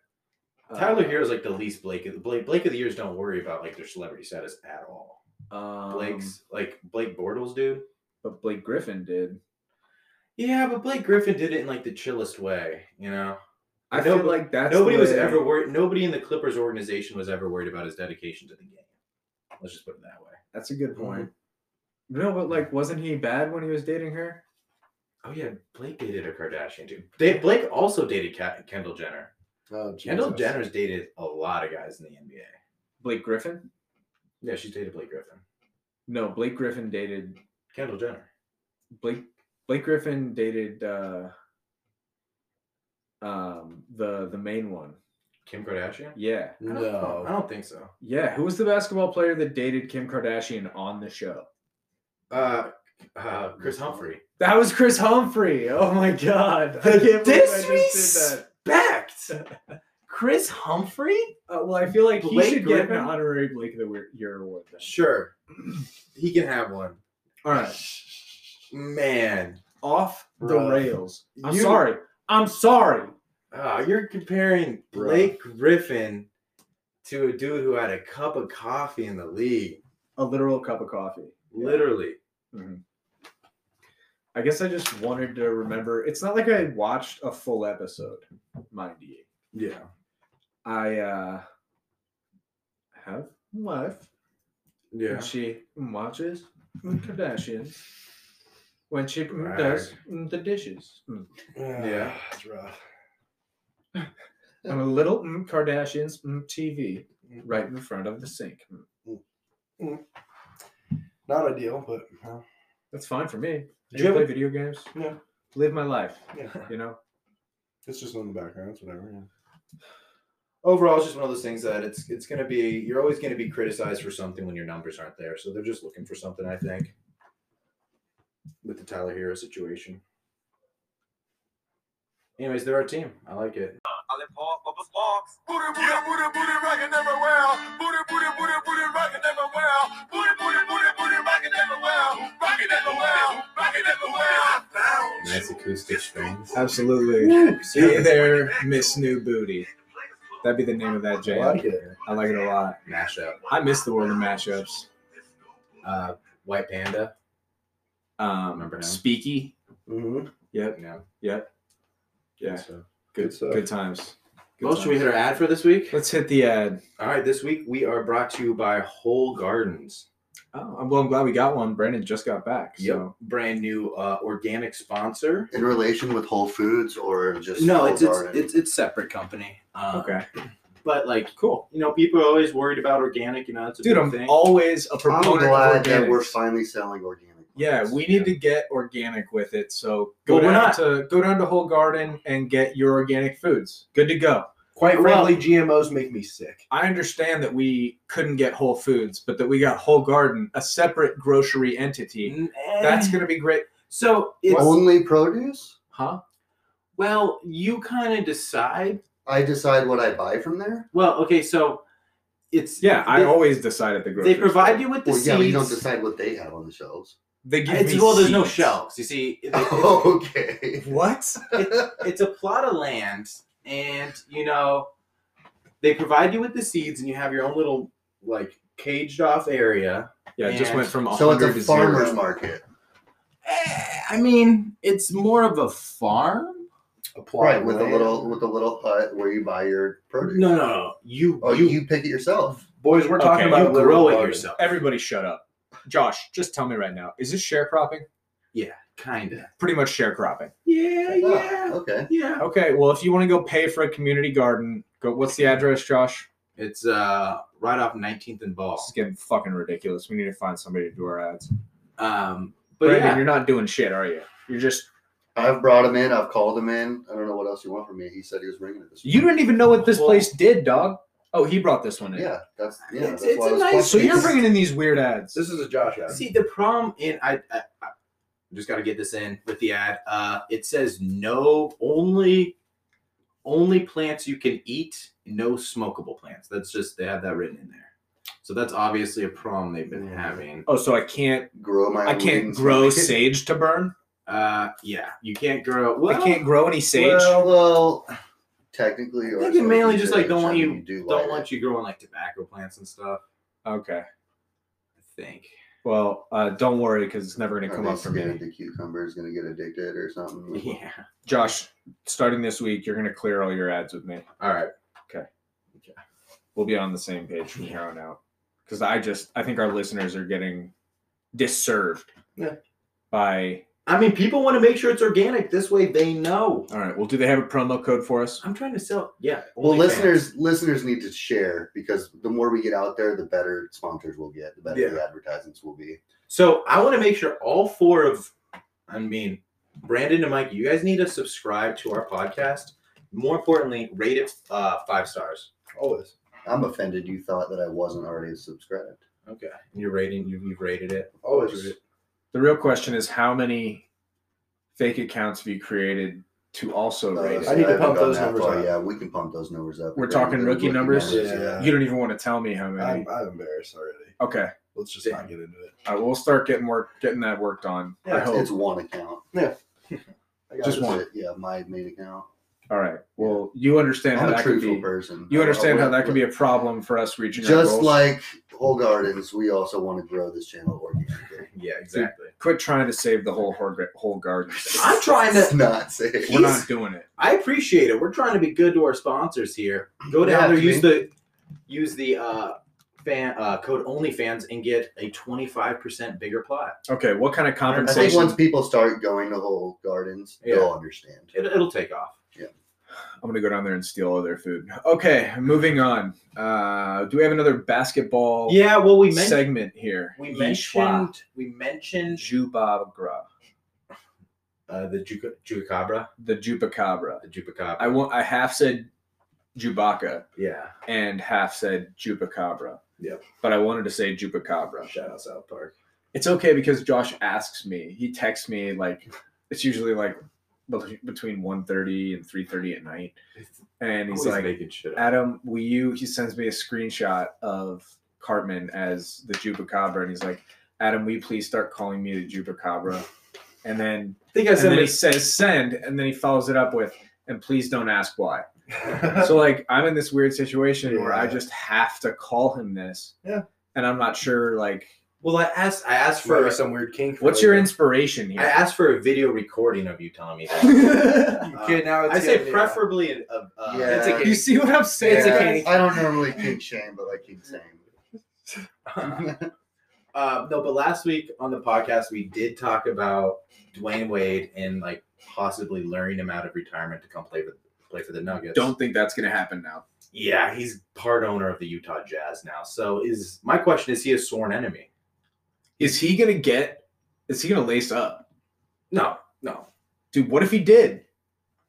uh,
Tyler here is like the least Blake of the Blake Blake of the years don't worry about like their celebrity status at all.
um,
Blake's like Blake Bortles dude.
but Blake Griffin did.
Yeah, but Blake Griffin did it in like the chillest way, you know.
I
Nobody-
feel like that's
nobody
the
was
way-
ever worried nobody in the Clippers organization was ever worried about his dedication to the game. Let's just put it that way.
That's a
Mm-hmm.
good point. No, but like, wasn't he bad when he was dating her?
Oh yeah, Blake dated a Kardashian too. They, Blake also dated Ka- Kendall Jenner.
Oh,
Kendall
Jesus.
Jenner's dated a lot of guys in the NBA.
Blake Griffin?
Yeah, she's dated Blake Griffin.
No, Blake Griffin dated
Kendall Jenner.
Blake. Blake Griffin dated uh, um, the the main one.
Kim Kardashian?
Yeah,
I don't- I
No.
don't think so.
yeah. Who was the basketball player that dated Kim Kardashian on the show?
Uh, uh, Chris Humphrey.
That was Chris Humphrey. Oh my god. I can't believe I just did that.
Disrespect. Chris Humphrey?
Uh, well, I feel like he
Blake
should get
Griffin?
an honorary Blake of the Weir- Year award then.
Sure, he can have one.
All right.
Man,
Off the
Bruh.
rails. I'm
You-
sorry. I'm sorry.
uh, you're comparing Blake Griffin to a dude who had a cup of coffee in the league.
A literal cup of coffee.
Literally,
I guess I just wanted to remember. It's not like I watched a full episode, mind you.
yeah.
I uh have a wife.
Yeah.
And she watches the Kardashians. When she
Right.
does the dishes. Hmm.
uh,
Yeah.
It's rough.
I'm a little mm, Kardashians mm, TV right in front of the sink. Mm.
Not ideal, but well,
That's fine for me. I
Do
just
you have
play
a-
video games.
Yeah.
Live my life.
yeah.
You know?
It's just in the background. It's whatever. Yeah.
Overall, it's just one of those things that it's it's gonna be you're always gonna be criticized for something when your numbers aren't there. So they're just looking for something, I think. With the Tyler Hero situation. Anyways, they're our team. I like it.
Booty, booty, booty, booty, rockin' everywhere. Booty, booty, booty, booty, rockin' everywhere. Booty, booty, booty, booty, rockin' everywhere. Rockin' everywhere. Rockin' everywhere. I found
Nice acoustic strings.
Absolutely. Hey there, Miss New Booty. That'd be the name of that jam.
it.
I like it a lot.
Mash up.
I miss the world of mashups.
Uh, White Panda.
Um,
Remember him?
Speaky.
Mm-hmm.
Yep.
No.
Yep. Yeah.
So.
Good.
Good stuff.
Good times. Good
Well, should we
times.
hit our ad for this week?
Let's hit the ad.
All right, this week we are brought to you by Whole Gardens.
Oh, I'm- well, I'm glad we got one. Brandon just got back. So
Brand new uh, organic sponsor.
In relation with Whole Foods or just
No,
Whole
it's it's,
Garden?
it's it's separate company. Uh,
okay,
But like
cool,
you know, people are always worried about organic. You know, it's a
dude.
big
I'm
thing.
always a
I'm
proponent
glad
of
that we're
organic.
finally selling organic.
Yeah,
products.
we need to get organic with it. So go
Well, we're
down
not-
to go down to Whole Garden and get your organic foods. Good to go.
Quite
Well-
frankly, GMOs make me sick.
I understand that we couldn't get Whole Foods, but that we got Whole Garden, a separate grocery entity.
Mm, eh.
That's gonna be great.
so it's
only produce.
Huh?
well, you kind of decide.
I decide what I buy from there.
Well, okay, so it's
Yeah, I
they,
always decide at the grocery.
they provide
store.
you with the
Well,
seeds.
yeah, but you don't decide what they have on the shelves.
They give
It's,
me
well, there's no
seeds.
shelves. You see, it- it-
okay.
What?
it's a plot of land, and you know, they provide you with the seeds, and you have your own little like caged off area.
Yeah, it just
And
went from
so
100
it's a
to
farmer's
zero.
market.
Eh, I mean, it's more of a farm.
Apply
Right, with a little with a little hut where you buy your produce.
No, no, no. You,
Oh,
you,
you, pick it yourself.
boys. We're talking
Okay,
about
you grow it
garden.
yourself.
Everybody, shut up. Josh, just tell me right now: is this sharecropping?
Yeah, kinda.
Pretty much sharecropping.
Yeah,
Ah, okay.
yeah.
Okay, well, if you want to go pay for a community garden, go. What's the address, Josh?
It's uh right off 19th and Ball.
This is getting fucking ridiculous. We need to find somebody to do our ads.
Um,
But
but
Brandon,
yeah,
you're not doing shit, are you? You're just.
I've brought him in. I've called him in. I don't know what else you want from me. He said he was bringing it this.
You
morning.
didn't even know what this place did, dog. Oh, he brought this one in.
Yeah, that's yeah.
It's-
that's
it's
why
a
I was
nice-
questioning.
So you're bringing in these weird ads.
This is a Josh ad.
see the problem in I, I, I just got to get this in with the ad. Uh, it says no only only plants you can eat, no smokable plants. That's just they have that written in there. So that's obviously a problem they've been having.
Oh, so I can't.
grow my.
I
own
can't
weeds.
grow sage to burn.
Uh, yeah, you can't grow. Well,
I can't grow any sage.
Well, well, technically,
I
or
think they
so
mainly just like
research,
don't want
I
you,
mean, do
don't
like
want you growing like tobacco plants and stuff.
okay.
I think.
Well, uh, don't worry because it's never
it.
going to come
Are they
up for me.
scared The cucumber is going to get addicted or something.
Mm-hmm.
Yeah.
Josh, starting this week, you're going to clear all your ads with me.
All right.
we'll be on the same page from here on out because i just i think our listeners are getting disserved
Yeah.
by
I mean, people want to make sure it's organic. This way, they know.
all right well do they have a promo code for us
I'm trying to sell. Yeah.
Well,
OnlyFans.
listeners, listeners need to share because the more we get out there, the better sponsors we'll get, the better the advertisements will be.
So I want to make sure all four of, I mean, Brandon and Mike, you guys need to subscribe to our podcast. More importantly, rate it uh, five stars.
Always.
I'm offended. You thought that I wasn't already subscribed.
Okay. And you're rating. You, you've rated it.
Always.
The real question is how many fake accounts have you created to also
Uh,
rate it?
so
I need to
haven't
pump
gone
those
that
numbers
far.
up.
Yeah, we can pump those numbers up.
We're
We're
talking
doing
rookie numbers?
Yeah.
You don't even want to tell me how many.
I'm, I'm embarrassed already.
okay,
Let's just not get into it.
all right, we'll start getting work, getting that worked on. I
It's,
hope.
it's one account.
I got
Just
it.
That's
one.
it. Yeah, my main account.
all right. Well, you understand how
I'm a
that could
truthful
be.
person.
You understand
Uh,
how that could
we're-
be a problem for us reaching our
Just
goals.
like Whole Gardens, we also want to grow this channel organically.
Yeah, exactly.
Quit trying to save the whole hor- whole garden.
I'm trying to.
It's not safe.
We're not doing it.
I appreciate it. We're trying to be good to our sponsors here. Go down
Yeah,
there,
I
use the use the uh, fan uh, code OnlyFans, and get a twenty five percent bigger plot.
Okay, what kind of
I think
compensation?
once people start going to Whole Gardens,
Yeah.
they'll understand.
It, it'll take off.
I'm gonna go down there and steal all their food. Okay, moving on. Uh, do we have another basketball
Yeah. Well, we mentioned
segment here?
we
Yishwa.
mentioned we mentioned
Jubagra,
uh, the Juca- Chupacabra.
the Jupacabra.
The Chupacabra.
I want. I half said Jubaca
yeah.
and half said Jupacabra.
Yep.
But I wanted to say Jupacabra.
Shout out South Park.
It's okay because Josh asks me. He texts me like it's usually like be- between 1.30 and 3.30 at night and he's
Always
like
making shit up.
Adam, will you? He sends me a screenshot of Cartman as the Jupacabra, and he's like, Adam, will you please start calling me the Jupacabra? And then,
I think I
and
said
then he
it.
says send, and then he follows it up with, and please don't ask why. so like, I'm in this weird situation where I
Yeah.
just have to call him this,
Yeah.
and I'm not sure like,
Well, I asked. I asked for
for some weird kink.
what's your inspiration
I
here?
asked for a video recording of you telling me that.
okay, now it's
I say
getting-
preferably a, a, a
Yeah. It's a-
you see what I'm saying?
It's a kink.
I don't normally kink shame, but I kink shame.
Uh, no, but last week on the podcast we did talk about Dwayne Wade and like possibly luring him out of retirement to come play for play for the Nuggets.
Don't think that's gonna happen now.
Yeah, he's part owner of the Utah Jazz now. So is my question: Is he a sworn enemy?
Is he gonna get? Is he gonna lace up,
No, no.
dude? What if he did?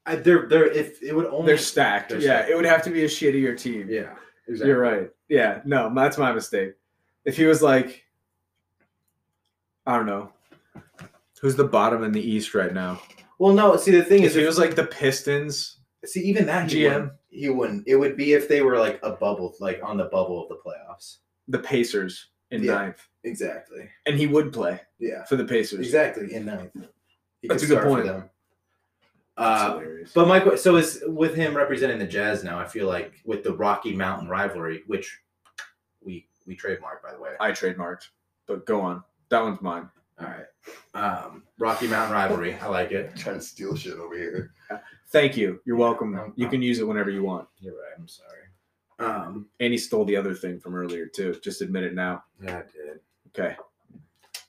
I, they're they're if it would only
They're stacked.
They're
yeah,
stacked.
it would have to be a shittier team.
yeah exactly.
You're right. Yeah, no, that's my mistake. If he was like, I don't know, who's the bottom in the East right now?
Well, no. See, the thing
If
is,
he
if-
was like the Pistons,
see, even that he
GM.
wouldn't, he wouldn't. It would be if they were like a bubble, like on the bubble of the playoffs.
the Pacers in
Yeah.
ninth,
Exactly.
and he would play
Yeah.
for the Pacers.
Exactly. In ninth. He
That's
could
a good
start for
point.
them.
That's
Uh,
hilarious.
But my que- so is with him representing the Jazz now. I feel like with the Rocky Mountain rivalry, which we we trademarked by the way.
I trademarked, but go on. That one's mine.
All right, um, Rocky Mountain rivalry. I like it.
trying to steal shit over here.
Thank you. You're welcome.
Um,
You can use it whenever you want.
You're right. I'm sorry. Um,
And he stole the other thing from earlier too. Just admit it now.
yeah, I did.
Okay.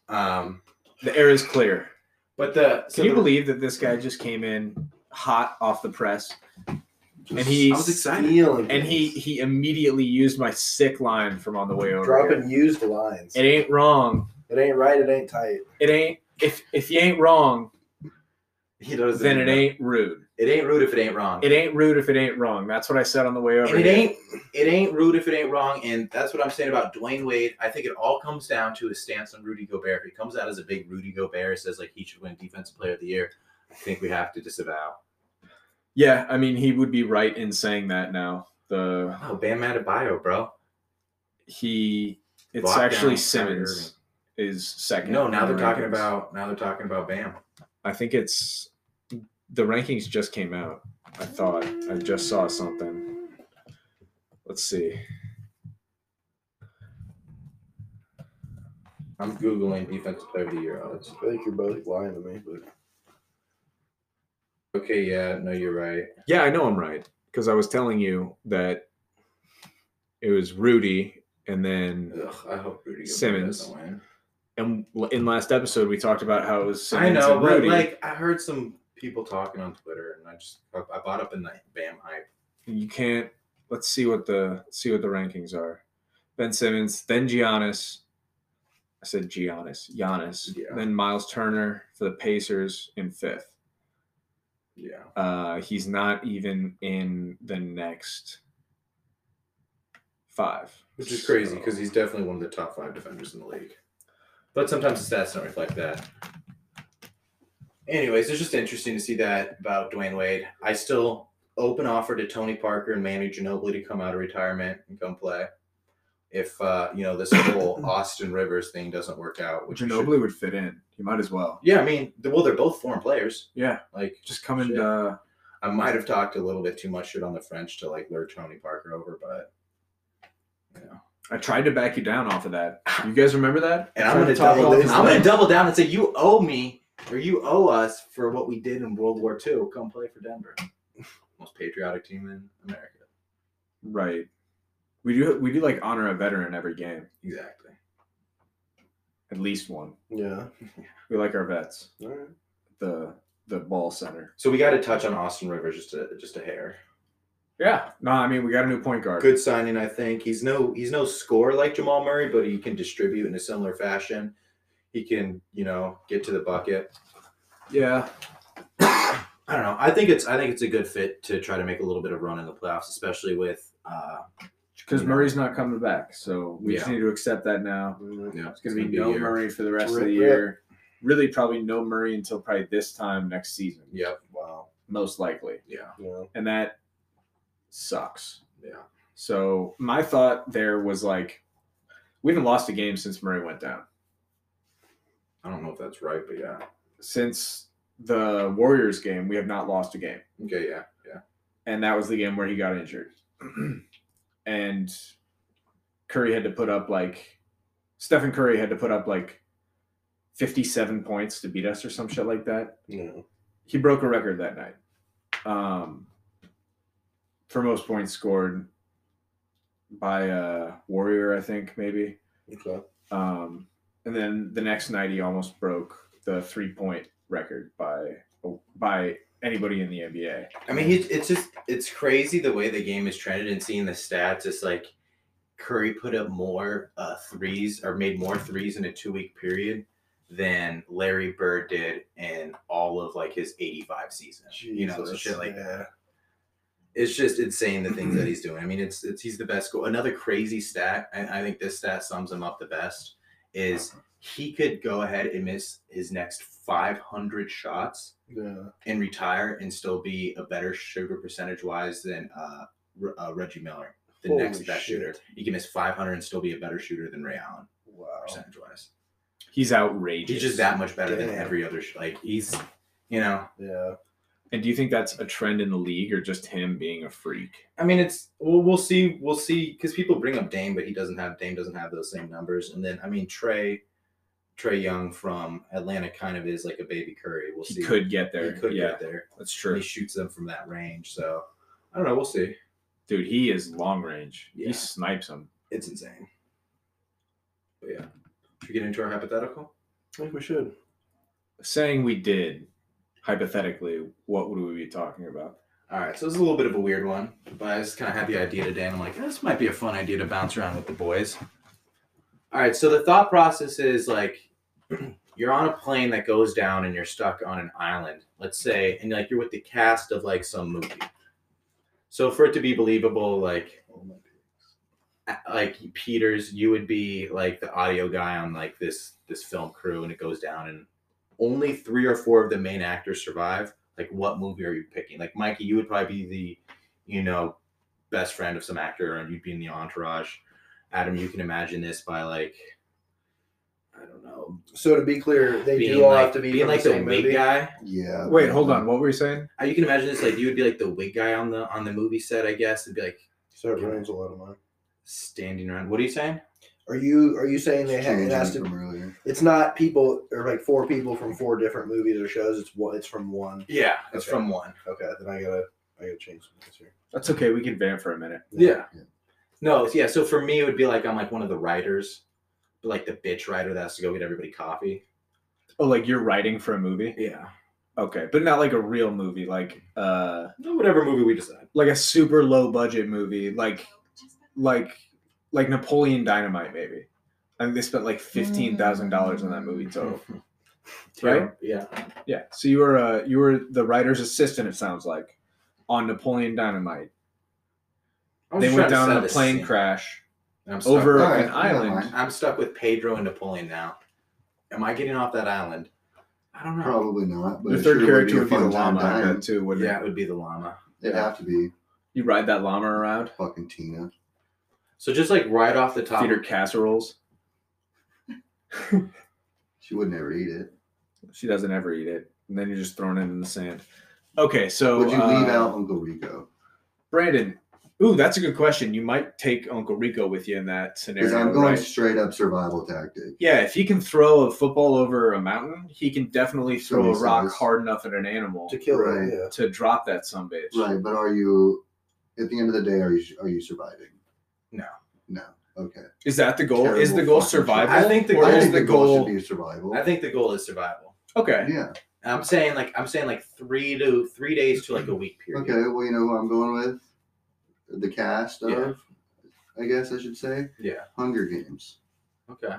Um,
The air is clear.
but the so
Can you
the-
believe that this guy just came in hot off the press and he
I was excited.
Stealing
and he
things.
he immediately used my sick line from on the way over. here.
dropping used lines.
It ain't wrong.
It ain't right. It ain't tight.
It ain't if if you ain't wrong,
He doesn't.
then it ain't rude.
It ain't rude if it ain't wrong.
It ain't rude if it ain't wrong. That's what I said on the way over.
and it
here.
ain't it ain't rude if it ain't wrong, and that's what I'm saying about Dwayne Wade. I think it all comes down to his stance on Rudy Gobert. If he comes out as a big Rudy Gobert, says like he should win Defensive Player of the Year, I think we have to disavow.
Yeah, I mean he would be right in saying that now. The
Oh, Bam Adebayo, bro.
he it's
Lockdown,
actually
Kyrie
Simmons is second.
No, now
in
they're
the
talking
rankings.
about now they're talking about Bam.
I think it's the rankings just came out. I thought I just saw something. Let's see.
I'm googling Defensive Player of the Year odds.
I think you're both lying to me, but
Okay, yeah, no, you're right.
Yeah, I know I'm right because I was telling you that it was Rudy, and then
Ugh, I hope Rudy Gobert
Simmons.
doesn't win.
and in last episode we talked about how it was Simmons
I know,
and
but
Rudy.
like I heard some people talking on Twitter, and I just I, I bought up in the Bam hype.
you can't. Let's see what the let's see what the rankings are. Ben Simmons, then Giannis. I said Giannis, Giannis,
Yeah.
then Miles Turner for the Pacers in fifth.
Yeah.
Uh, he's not even in the next five,
Which is crazy
So-
because he's definitely one of the top five defenders in the league. But sometimes the stats don't reflect that. Anyways, it's just interesting to see that about Dwayne Wade. I still open offer to Tony Parker and Manu Ginobili to come out of retirement and come play. If uh, you know this whole Austin Rivers thing doesn't work out, which it should-
Ginobili would fit in. He might as well.
yeah, I mean, th- well, they're both foreign players.
Yeah.
Like
Just come and
Shit.
uh,
I might have talked a little bit too much shit on the French to like lure Tony Parker over, but
I tried to back you down off of that. You guys remember that?
and
I
I'm
tried
gonna
to talk
double,
off
I'm
of
gonna
that.
double down and say you owe me or you owe us for what we did in World War II. Come play for Denver, most patriotic team in America.
Right. We do we do like honor a veteran every game,
Exactly.
at least one.
Yeah.
We like our vets.
All right.
The the ball center.
So we got to touch on Austin Rivers just a just a hair.
Yeah. No, I mean we got a new point guard.
Good signing, I think. He's no he's no scorer like Jamal Murray, but he can distribute in a similar fashion. He can you know get to the bucket.
Yeah.
I don't know. I think it's I think it's a good fit to try to make a little bit of run in the playoffs, especially with uh,
Because
Yeah.
Murray's not coming back. So we just
Yeah.
need to accept that now.
yeah,
It's gonna be no
a year.
Murray for the rest of
Rip,
the
rip.
year. Really probably no Murray until probably this time next season.
Yep.
Wow.
Most likely.
Yeah.
Yeah.
And that sucks.
Yeah.
So my thought there was like we haven't lost a game since Murray went down.
I don't know if that's right, but yeah.
Since the Warriors game, we have not lost a game.
Okay. Yeah. Yeah.
and that was the game where he got injured. and Curry had to put up like Stephen Curry had to put up like 57 points to beat us or some shit like that.
No.
He broke a record that night. Um for most points scored by a Warrior, I think maybe.
Okay.
Um and then the next night he almost broke the three-point record by by anybody in the NBA.
I mean, he, it's just it's crazy the way the game is trended and seeing the stats. It's like Curry put up more uh, threes or made more threes in a two week period than Larry Bird did in all of like his eighty five season. you know, so
Jesus,
shit like
yeah.
that. It's just insane the things that he's doing. I mean, it's it's he's the best. Goal. Another crazy stat. I, I think this stat sums him up the best. Is he could go ahead and miss his next five hundred shots
Yeah.
and retire and still be a better shooter percentage wise than uh, Re- uh, Reggie Miller, the
Holy
next best
shit.
shooter. He can miss 500 and still be a better shooter than Ray Allen
Wow.
percentage wise.
He's outrageous.
He's just that much better than
Damn.
every other. Sh- like he's, you know,
Yeah.
And do you think that's a trend in the league or just him being a freak?
I mean, it's we'll, we'll see, we'll see, because people bring up Dame, but he doesn't have Dame doesn't have those same numbers. And then I mean Trey, Trey Young from Atlanta kind of is like a baby Curry. We'll
He
see.
could get
he
there.
could
yeah,
get there.
that's
He
true.
shoots them from that range. So I don't know. We'll see.
Dude, he is long range.
Yeah.
He snipes him.
it's insane. But yeah, should we get into our hypothetical?
I think we should.
Saying we did, hypothetically, what would we be talking about?
All right, so this is a little bit of a weird one, but I just kind of had the idea today, and I'm like, this might be a fun idea to bounce around with the boys. All right, so the thought process is like, you're on a plane that goes down, and you're stuck on an island. Let's say, and like you're with the cast of like some movie. So for it to be believable, like, a- like Peters, you would be like the audio guy on like this this film crew, and it goes down, and only three or four of the main actors survive like what movie are you picking? Like Mikey, you would probably be the, you know, best friend of some actor, and you'd be in the entourage. Adam, you can imagine this by like, I don't know,
So to be clear, they
being
do all
like,
have to be
being
from
like
the
the,
same
wig
movie.
guy.
Yeah.
Wait, hold on. What were you saying?
Uh, You can imagine this like you would be like the wig guy on the on the movie set, I guess, and be like
So it ruins a lot of mine.
standing around. What are you saying?
Are you are you saying they have, it
Changing
has to?
from earlier.
It's not people or like four people from four different movies or shows. It's one. It's from one.
Yeah, it's
Okay.
from one.
Okay, then I gotta I gotta change some things here.
That's okay. We can vamp for a minute.
Yeah.
Yeah.
No, yeah. So for me, it would be like I'm like one of the writers, but like the bitch writer that has to go get everybody coffee.
Oh, like you're writing for a movie?
Yeah.
Okay, but not like a real movie, like uh
No, whatever movie we decide.
like a super low budget movie, like like like Napoleon Dynamite maybe. I think they spent like fifteen thousand dollars on that
Mm.
movie total. Right?
Yeah.
Yeah. So you were uh, you were the writer's assistant. It sounds like on Napoleon Dynamite.
I was
They
just
went
trying to
down
set
in a
this
plane
scene.
crash
And I'm stuck
over
All
an
right, never
island.
mind.
I'm stuck with Pedro and Napoleon now. am I getting off that island? I don't know.
Probably not. But
The
it
third
sure
character
would be, a fun
the
time
llama. I
dying.
bet, too. Would
Yeah, it would be the llama.
It'd have to be
you ride that llama around?
fucking Tina.
So just like right off the top,
Feed her casseroles.
She would never eat it.
She doesn't ever eat it, and then you're just throwing it in the sand. Okay, so
Would you leave
uh,
out Uncle Rico?
Brandon? Ooh, that's a good question. You might take Uncle Rico with you in that
Because
scenario.
I'm going
right?
straight up survival tactic.
Yeah, if he can throw a football over a mountain, he can definitely
So
throw
he
a rock
says.
hard enough at an animal
to kill
Right.
them. Yeah.
to drop that some bitch.
Right, but are you at the end of the day are you are you surviving?
No.
No. Okay.
Is that the goal? Is the
Terrible
goal
fucking shit.
survival?
I think the
or
goal
I
is
think
the goal?
should be survival.
I think the goal is survival.
okay,
yeah.
And I'm saying like I'm saying like three to three days to like a week period.
Okay, well you know who I'm going with? The cast of
Yeah.
I guess I should say.
Yeah.
Hunger Games.
Okay.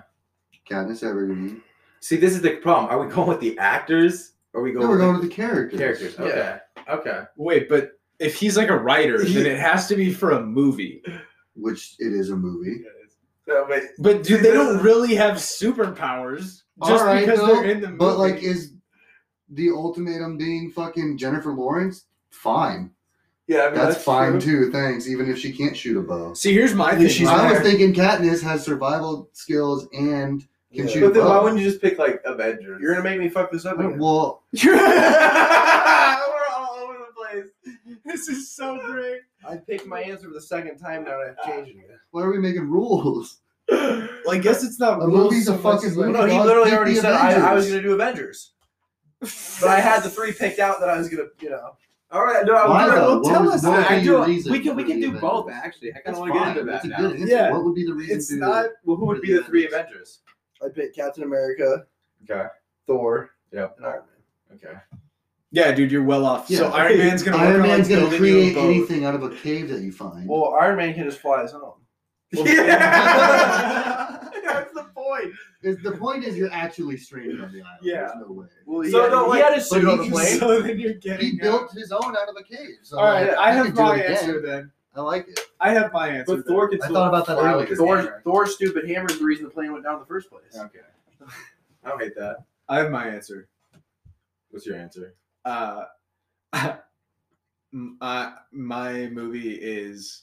Katniss Everdeen.
See, this is the problem. Are we going with the actors? Or are we
No,
going
we're
with
going to the
the
characters.
characters? Okay. Okay.
wait, but if he's like a writer, then it has to be for a movie.
Which it is a movie.
So, but
But dude, they don't really have superpowers just
All right,
because
though,
they're in the movie.
But like is the ultimatum being fucking Jennifer Lawrence? Fine.
yeah, I mean,
That's, fine too, thanks, even if she can't shoot a bow.
see, here's my
At
thing.
least she's
I
there.
was thinking Katniss has survival skills and
Yeah.
can shoot.
But then why
bows.
wouldn't you just pick like Avengers?
You're gonna make me fuck this
Oh,
up again.
Well,
We're all over the place.
this is so great.
I picked my answer for the second time now, and I've changed it. again.
why are we making rules?
Well, I guess it's not.
A
rules
movie's
so
a
much
fucking
as,
movie.
No, he
Well,
literally
pick the
already said I, I was
Avengers.
gonna do Avengers, but I had the three picked out that I was gonna, you know.
All right, no,
Why
I'm gonna,
though? What
Oh, tell
was-
us.
what
that.
would
I
be
do.
your reason
we can we
for
can
the
do both
Avengers?
actually. I kind
That's
of want to get
fine.
into that
That's a
now.
good answer.
Yeah.
What would be the reason
It's
to
not. Well, who would be the three
Avengers?
Avengers?
I pick Captain America,
Okay.
Thor,
Yep.
and Iron Man.
Okay.
Yeah, dude, you're well off.
Yeah.
So Iron Man's gonna.
Iron
work on,
Man's
like,
gonna
building you a
create
boat.
anything out of a cave that you find.
Well, Iron Man can just fly his own.
Yeah. That's the point.
Is- the point is you're actually stranded on the island.
Yeah.
There's no way.
Well,
So,
had-
no, like-
had his
But he-
So then you're
He
getting.
built his own out of a cave. So
All right,
like,
I
he
have
could do
my
it again.
answer then.
I like it.
I have my answer.
But
then.
Thor can
I
still
thought about that
fly
earlier.
with his
Thor's,
hammer.
Thor's stupid hammer is the reason the plane went down in the first place.
Okay. I don't hate that.
I have my answer.
What's your answer?
uh, m- uh, my movie is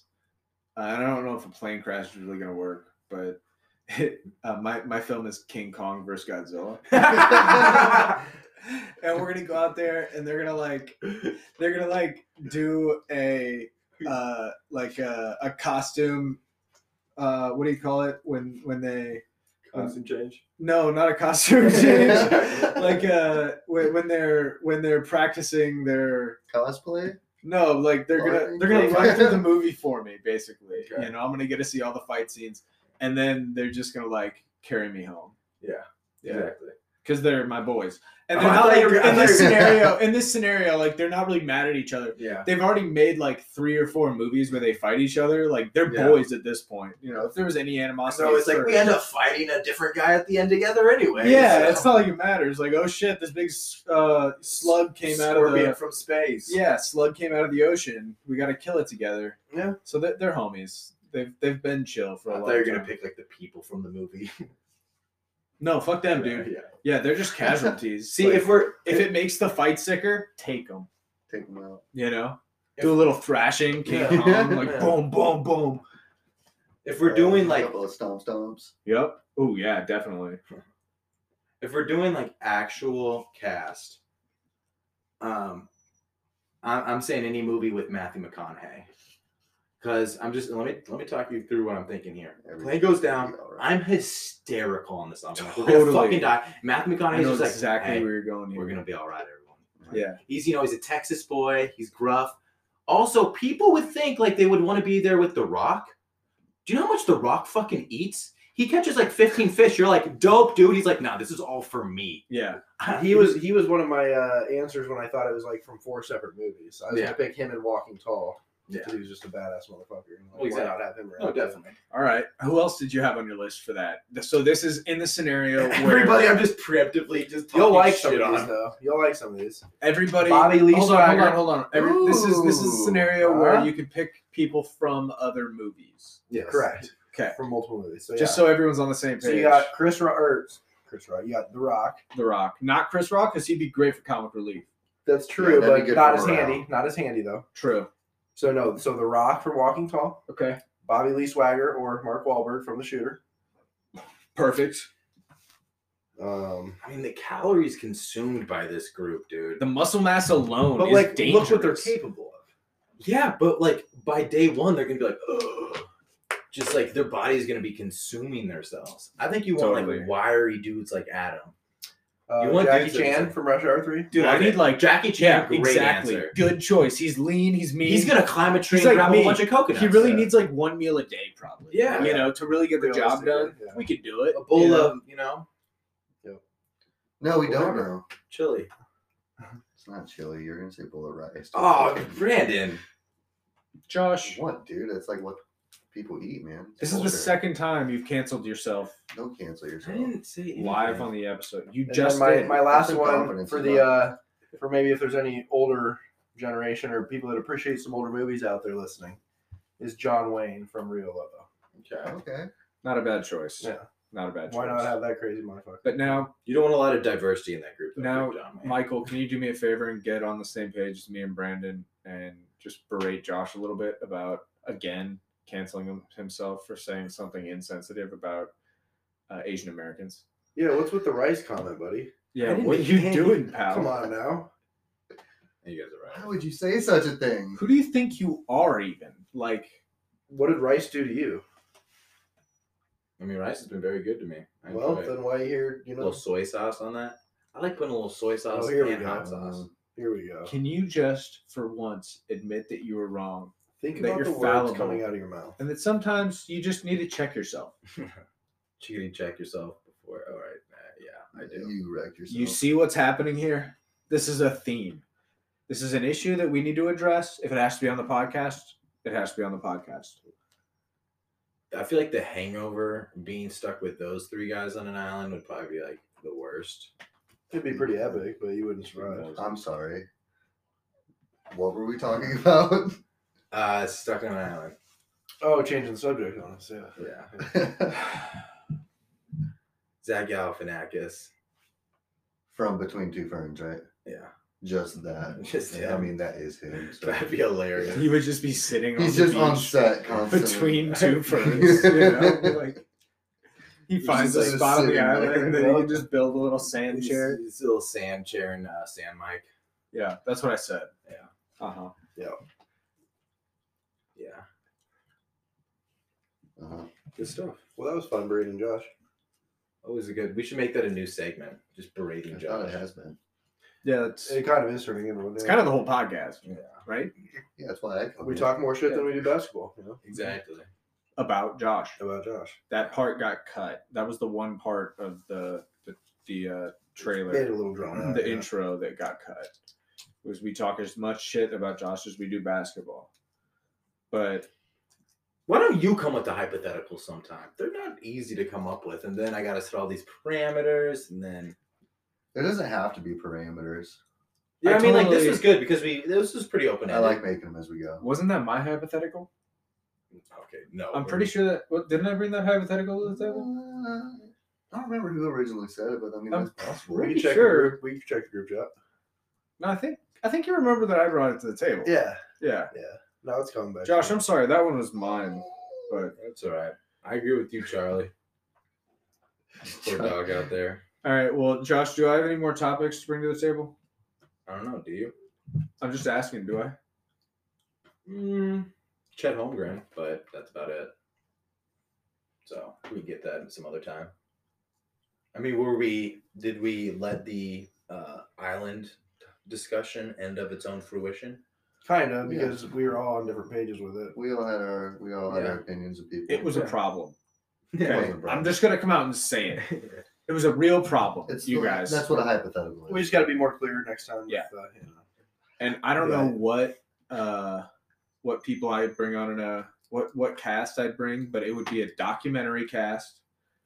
uh, I don't know if a plane crash is really gonna work, but uh, my my film is King Kong versus Godzilla, and we're gonna go out there and they're gonna like they're gonna like do a uh, like a, a costume. Uh, what do you call it when when they
Constant change.
no not a costume change like uh when, when they're when they're practicing their
Cosplay?
no like they're gonna
Fighting.
they're gonna run through the movie for me basically
Okay.
you know i'm gonna get to see all the fight scenes and then they're just gonna like carry me home
Yeah.
yeah
Exactly.
because they're my boys and
Oh,
they're
I
not
thought
like
you were- I
in
thought
this
you were-
scenario in this scenario like they're not really mad at each other
Yeah.
they've already made like three or four movies where they fight each other like they're
Yeah.
boys at this point you know if there was any animosity
So
at
it's like we
first-
end up fighting a different guy at the end together anyway.
yeah,
so-
it's not like it matters. Like, oh shit, this big uh, slug came out of
Scorpion
the
from space.
yeah, slug came out of the ocean. We got to kill it together.
Yeah.
So they're, they're homies. They've they've been chill for
I
a
thought
long
you were
time.
gonna pick like the people from the movie.
No, fuck them, dude.
Yeah.
Yeah, they're just casualties.
See,
Like,
if we're
if it makes the fight sicker, take them.
Take them out.
You know,
If-
do a little thrashing, King
Yeah.
Kong, like
Yeah.
boom, boom, boom.
um, if we're doing
Uh, a
like
couple of stomp stomps.
Yep. Oh yeah, definitely.
if we're doing like actual cast, um, I'm, I'm saying any movie with Matthew McConaughey, because I'm just let me let me talk you through what I'm thinking here. Plane goes down. I'm hysterical on this song. I'm like, We're gonna
Totally.
fucking die. Matthew
I
McConaughey's
know
just like
exactly
"Hey,
where you're going. Here.
we're gonna be all right, everyone.
yeah.
He's you know he's a Texas boy. He's gruff. Also, people would think like they would want to be there with The Rock. Do you know how much The Rock fucking eats? He catches like 15 fish. You're like, dope, dude. He's like, nah, this is all for me.
Yeah.
He was he was one of my uh, answers when I thought it was like from four separate movies. I was
Yeah.
gonna pick him and Walking Tall
Yeah.
because he was just a badass motherfucker. And, like,
Well, exactly.
Why not have him around?
No, definitely.
All right. Who else did you have on your list for that? So this is in the scenario where
Everybody, I'm just preemptively just talking
You'll like some
shit
of these
on.
though. You'll like some of these.
everybody
Bobby Lee
hold on, hold
Swagger.
on, hold on. Every- this is this is a
Ooh,
scenario where
huh?
you could pick people from other movies.
Correct.
Okay.
From multiple movies. So
Just
yeah.
so everyone's on the same page.
so you got Chris Ro- or Chris Rock. You got The Rock.
The Rock, not Chris Rock, because he'd be great for comic relief.
That's true,
that'd be
but
good
not
for
as
morale.
handy. Not as handy though.
True.
So no. So The Rock from Walking Tall,
Okay.
Bobby Lee Swagger, or Mark Wahlberg from The Shooter.
Perfect.
Um,
I mean, the calories consumed by this group, dude.
The muscle mass alone
But
is
like,
dangerous.
look what they're capable of. Yeah, but like by day one, they're gonna be like, Ugh. just like their body's gonna be consuming themselves. I think you want
Totally.
like wiry dudes like Adam.
uh,
You want
Jackie
dudes that-
Chan from Rush Hour Three.
Dude, I
Love
need
it.
like
Jackie
yeah,
Chan, great
exactly.
answer.
Good choice. He's lean. He's mean.
He's gonna climb a tree
He's
and
like
grab a
me.
whole bunch of coconuts.
He really
Yeah.
needs like one meal a day, probably.
Yeah.
you know, to really get the job
Realistically,
done.
yeah.
We could do it.
a bowl
Yeah.
of you know
No, we don't
Whatever.
know.
chili.
It's not chili. You're gonna say bowl of rice.
Oh, Brandon.
Josh,
what, dude? That's like what people eat, man. It's
this is the
culture.
second time you've canceled yourself
Don't cancel
I
yourself.
didn't say anything.
live on the episode. You
And
just
then my
did.
my last
That's
one
confidence
for
in
the
that.
uh, for maybe if there's any older generation or people that appreciate some older movies out there listening, is John Wayne from Rio Lobo.
Okay.
Okay.
not a bad choice.
Yeah.
not a bad choice.
Why not have that crazy motherfucker?
But now,
You don't want a lot of diversity in that group. Though,
now,
John, man.
Michael, can you do me a favor and get on the same page as me and Brandon and just berate Josh a little bit about again canceling him, himself for saying something insensitive about uh, Asian Americans?
Yeah, what's with the rice comment, buddy?
Yeah,
didn't
what are
make
you
any-
doing, pal?
Come on now.
you guys are right.
How would you say such a thing?
Who do you think you are, even? Like,
What did rice do to you?
I mean, rice has been very good to me. I
Well,
enjoy it.
then why here?
uh,
You
a little
know,
soy sauce on that. I like putting a little soy sauce
Oh, here we
and
go.
hot sauce.
here we go.
can you just for once admit that you were wrong
Think
that
about
you're
the words
fallible.
coming out of your mouth.
and that sometimes you just need to check yourself?
Chickadee, check yourself before. All right, uh, yeah, I do.
You wrecked yourself.
You see what's happening here? This is a theme. This is an issue that we need to address. If it has to be on the podcast, it has to be on the podcast.
I feel like the hangover, being stuck with those three guys on an island, would probably be like the worst.
It'd be pretty epic, but you wouldn't survive.
I'm sorry. What were we talking about?
Uh, stuck on an island.
Oh, changing the subject on us. Yeah.
Yeah.
From
Zach Galifianakis.
between two ferns, right?
Yeah.
Just that.
Just
I
him.
mean, that is him. so.
That'd be hilarious.
He would just be sitting
He's
on the
just on
beach
set constantly.
between two ferns. you know? Like, he finds a
just, like,
spot on the
sitting
island
there,
and then
you
he
know?
can just build a little sand
He's-
chair.
he's a little sand chair and uh, sand mic.
Yeah, that's what I said.
Yeah.
Uh huh.
Yeah.
Uh-huh.
Good stuff.
Well, that was fun, Braden and Josh.
Always a good. We should make that a new segment. Just berating
I thought
Josh.
it has been.
Yeah, it's,
It kind of is turning into one.
it's
yeah.
kind of the whole podcast,
Yeah.
right?
Yeah, that's why I.
we talk more shit than we do basketball. You know
Exactly.
About Josh.
about Josh.
That part got cut. That was the one part of the the, the uh, trailer.
Made it a little drawn out.
the
yeah.
intro that got cut was we talk as much shit about Josh as we do basketball. But
Why don't you come with the hypotheticals sometime? They're not easy to come up with, and then I got to set all these parameters, and then
There doesn't have to be parameters.
yeah, I,
I
mean, like this
totally-
was good because we this was pretty open.
I like making them as we go.
wasn't that my hypothetical?
Okay, no,
I'm
we're-
pretty sure that what, didn't I bring that hypothetical to the
Uh,
table?
I don't remember who originally said it, but I mean,
I'm
that's possible.
We
pretty
can check
sure.
the group. We can check the group chat.
No, I think I think you remember that I brought it to the table.
Yeah.
Yeah.
Now it's coming back.
Josh, I'm sorry, that one was mine. But
That's all right. I agree with you, Charlie. Poor dog out there.
all right, well, Josh, do I have any more topics to bring to the table?
I don't know. Do you?
I'm just asking, do I?
Mm, Chet Holmgren, but that's about it. So we can get that some other time. I mean, were we? Did we let the uh, island discussion end of its own fruition?
kind of
Yeah.
because we were all on different pages with it.
We all had our we all had
Yeah.
our opinions of people.
It was a
Yeah.
problem.
It
Okay.
wasn't a
I'm just gonna come out and say it. It was a real problem,
It's
you
the-
guys.
That's what a hypothetical is.
We just got to be more clear next time.
Yeah.
With, uh, you know.
and I don't know
Right.
what uh what people I bring on in a what what cast I'd bring, but it would be a documentary cast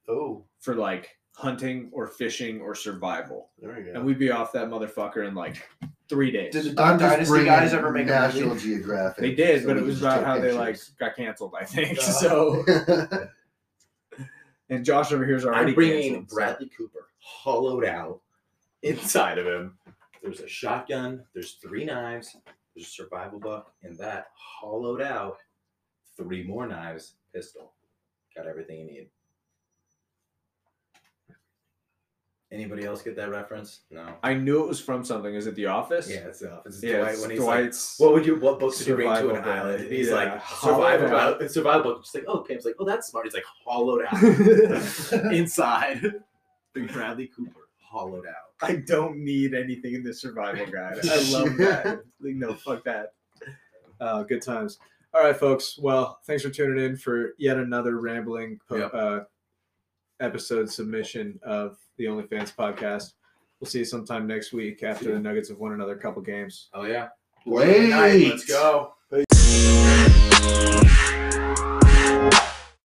Oh,
for like hunting or fishing or survival,
there you
and
go.
we'd be off that motherfucker in like three days.
Did the
I'm
Duck
just
Dynasty guys
bringing
ever make a
National
movie?
Geographic.
they did,
so
but
we
it was
just
about
take
how they like
pictures.
got canceled, I think.
Uh,
so, and Josh over here is already
I'm bringing
canceled, so-
Bradley Cooper. hollowed out inside of him. There's a shotgun, there's three knives, there's a survival buck, and that hollowed out three more knives, pistol. Got everything you need. Anybody else get that reference? No.
I knew it was from something. Is it The Office?
Yeah, it's the office. It's
Yeah,
Dwight
it's
when he's like,
Dwight's.
what would you? What books did you bring to
Survival
an
book.
island? And he's
Yeah.
like,
Hollowed
survival
out.
book. Survival book. Just like, oh, Pam's like, oh, that's smart. He's like, hollowed out inside. Big Bradley Cooper, hollowed out.
I don't need anything in this survival guide. I love that. Like, no, fuck that. Uh, good times. All right, folks. Well, thanks for tuning in for yet another rambling po-
Yep.
uh, episode submission of the OnlyFans podcast. We'll see you sometime next week after the Nuggets have won Oh, another couple games.
Oh yeah.
Wait.
Night, let's go.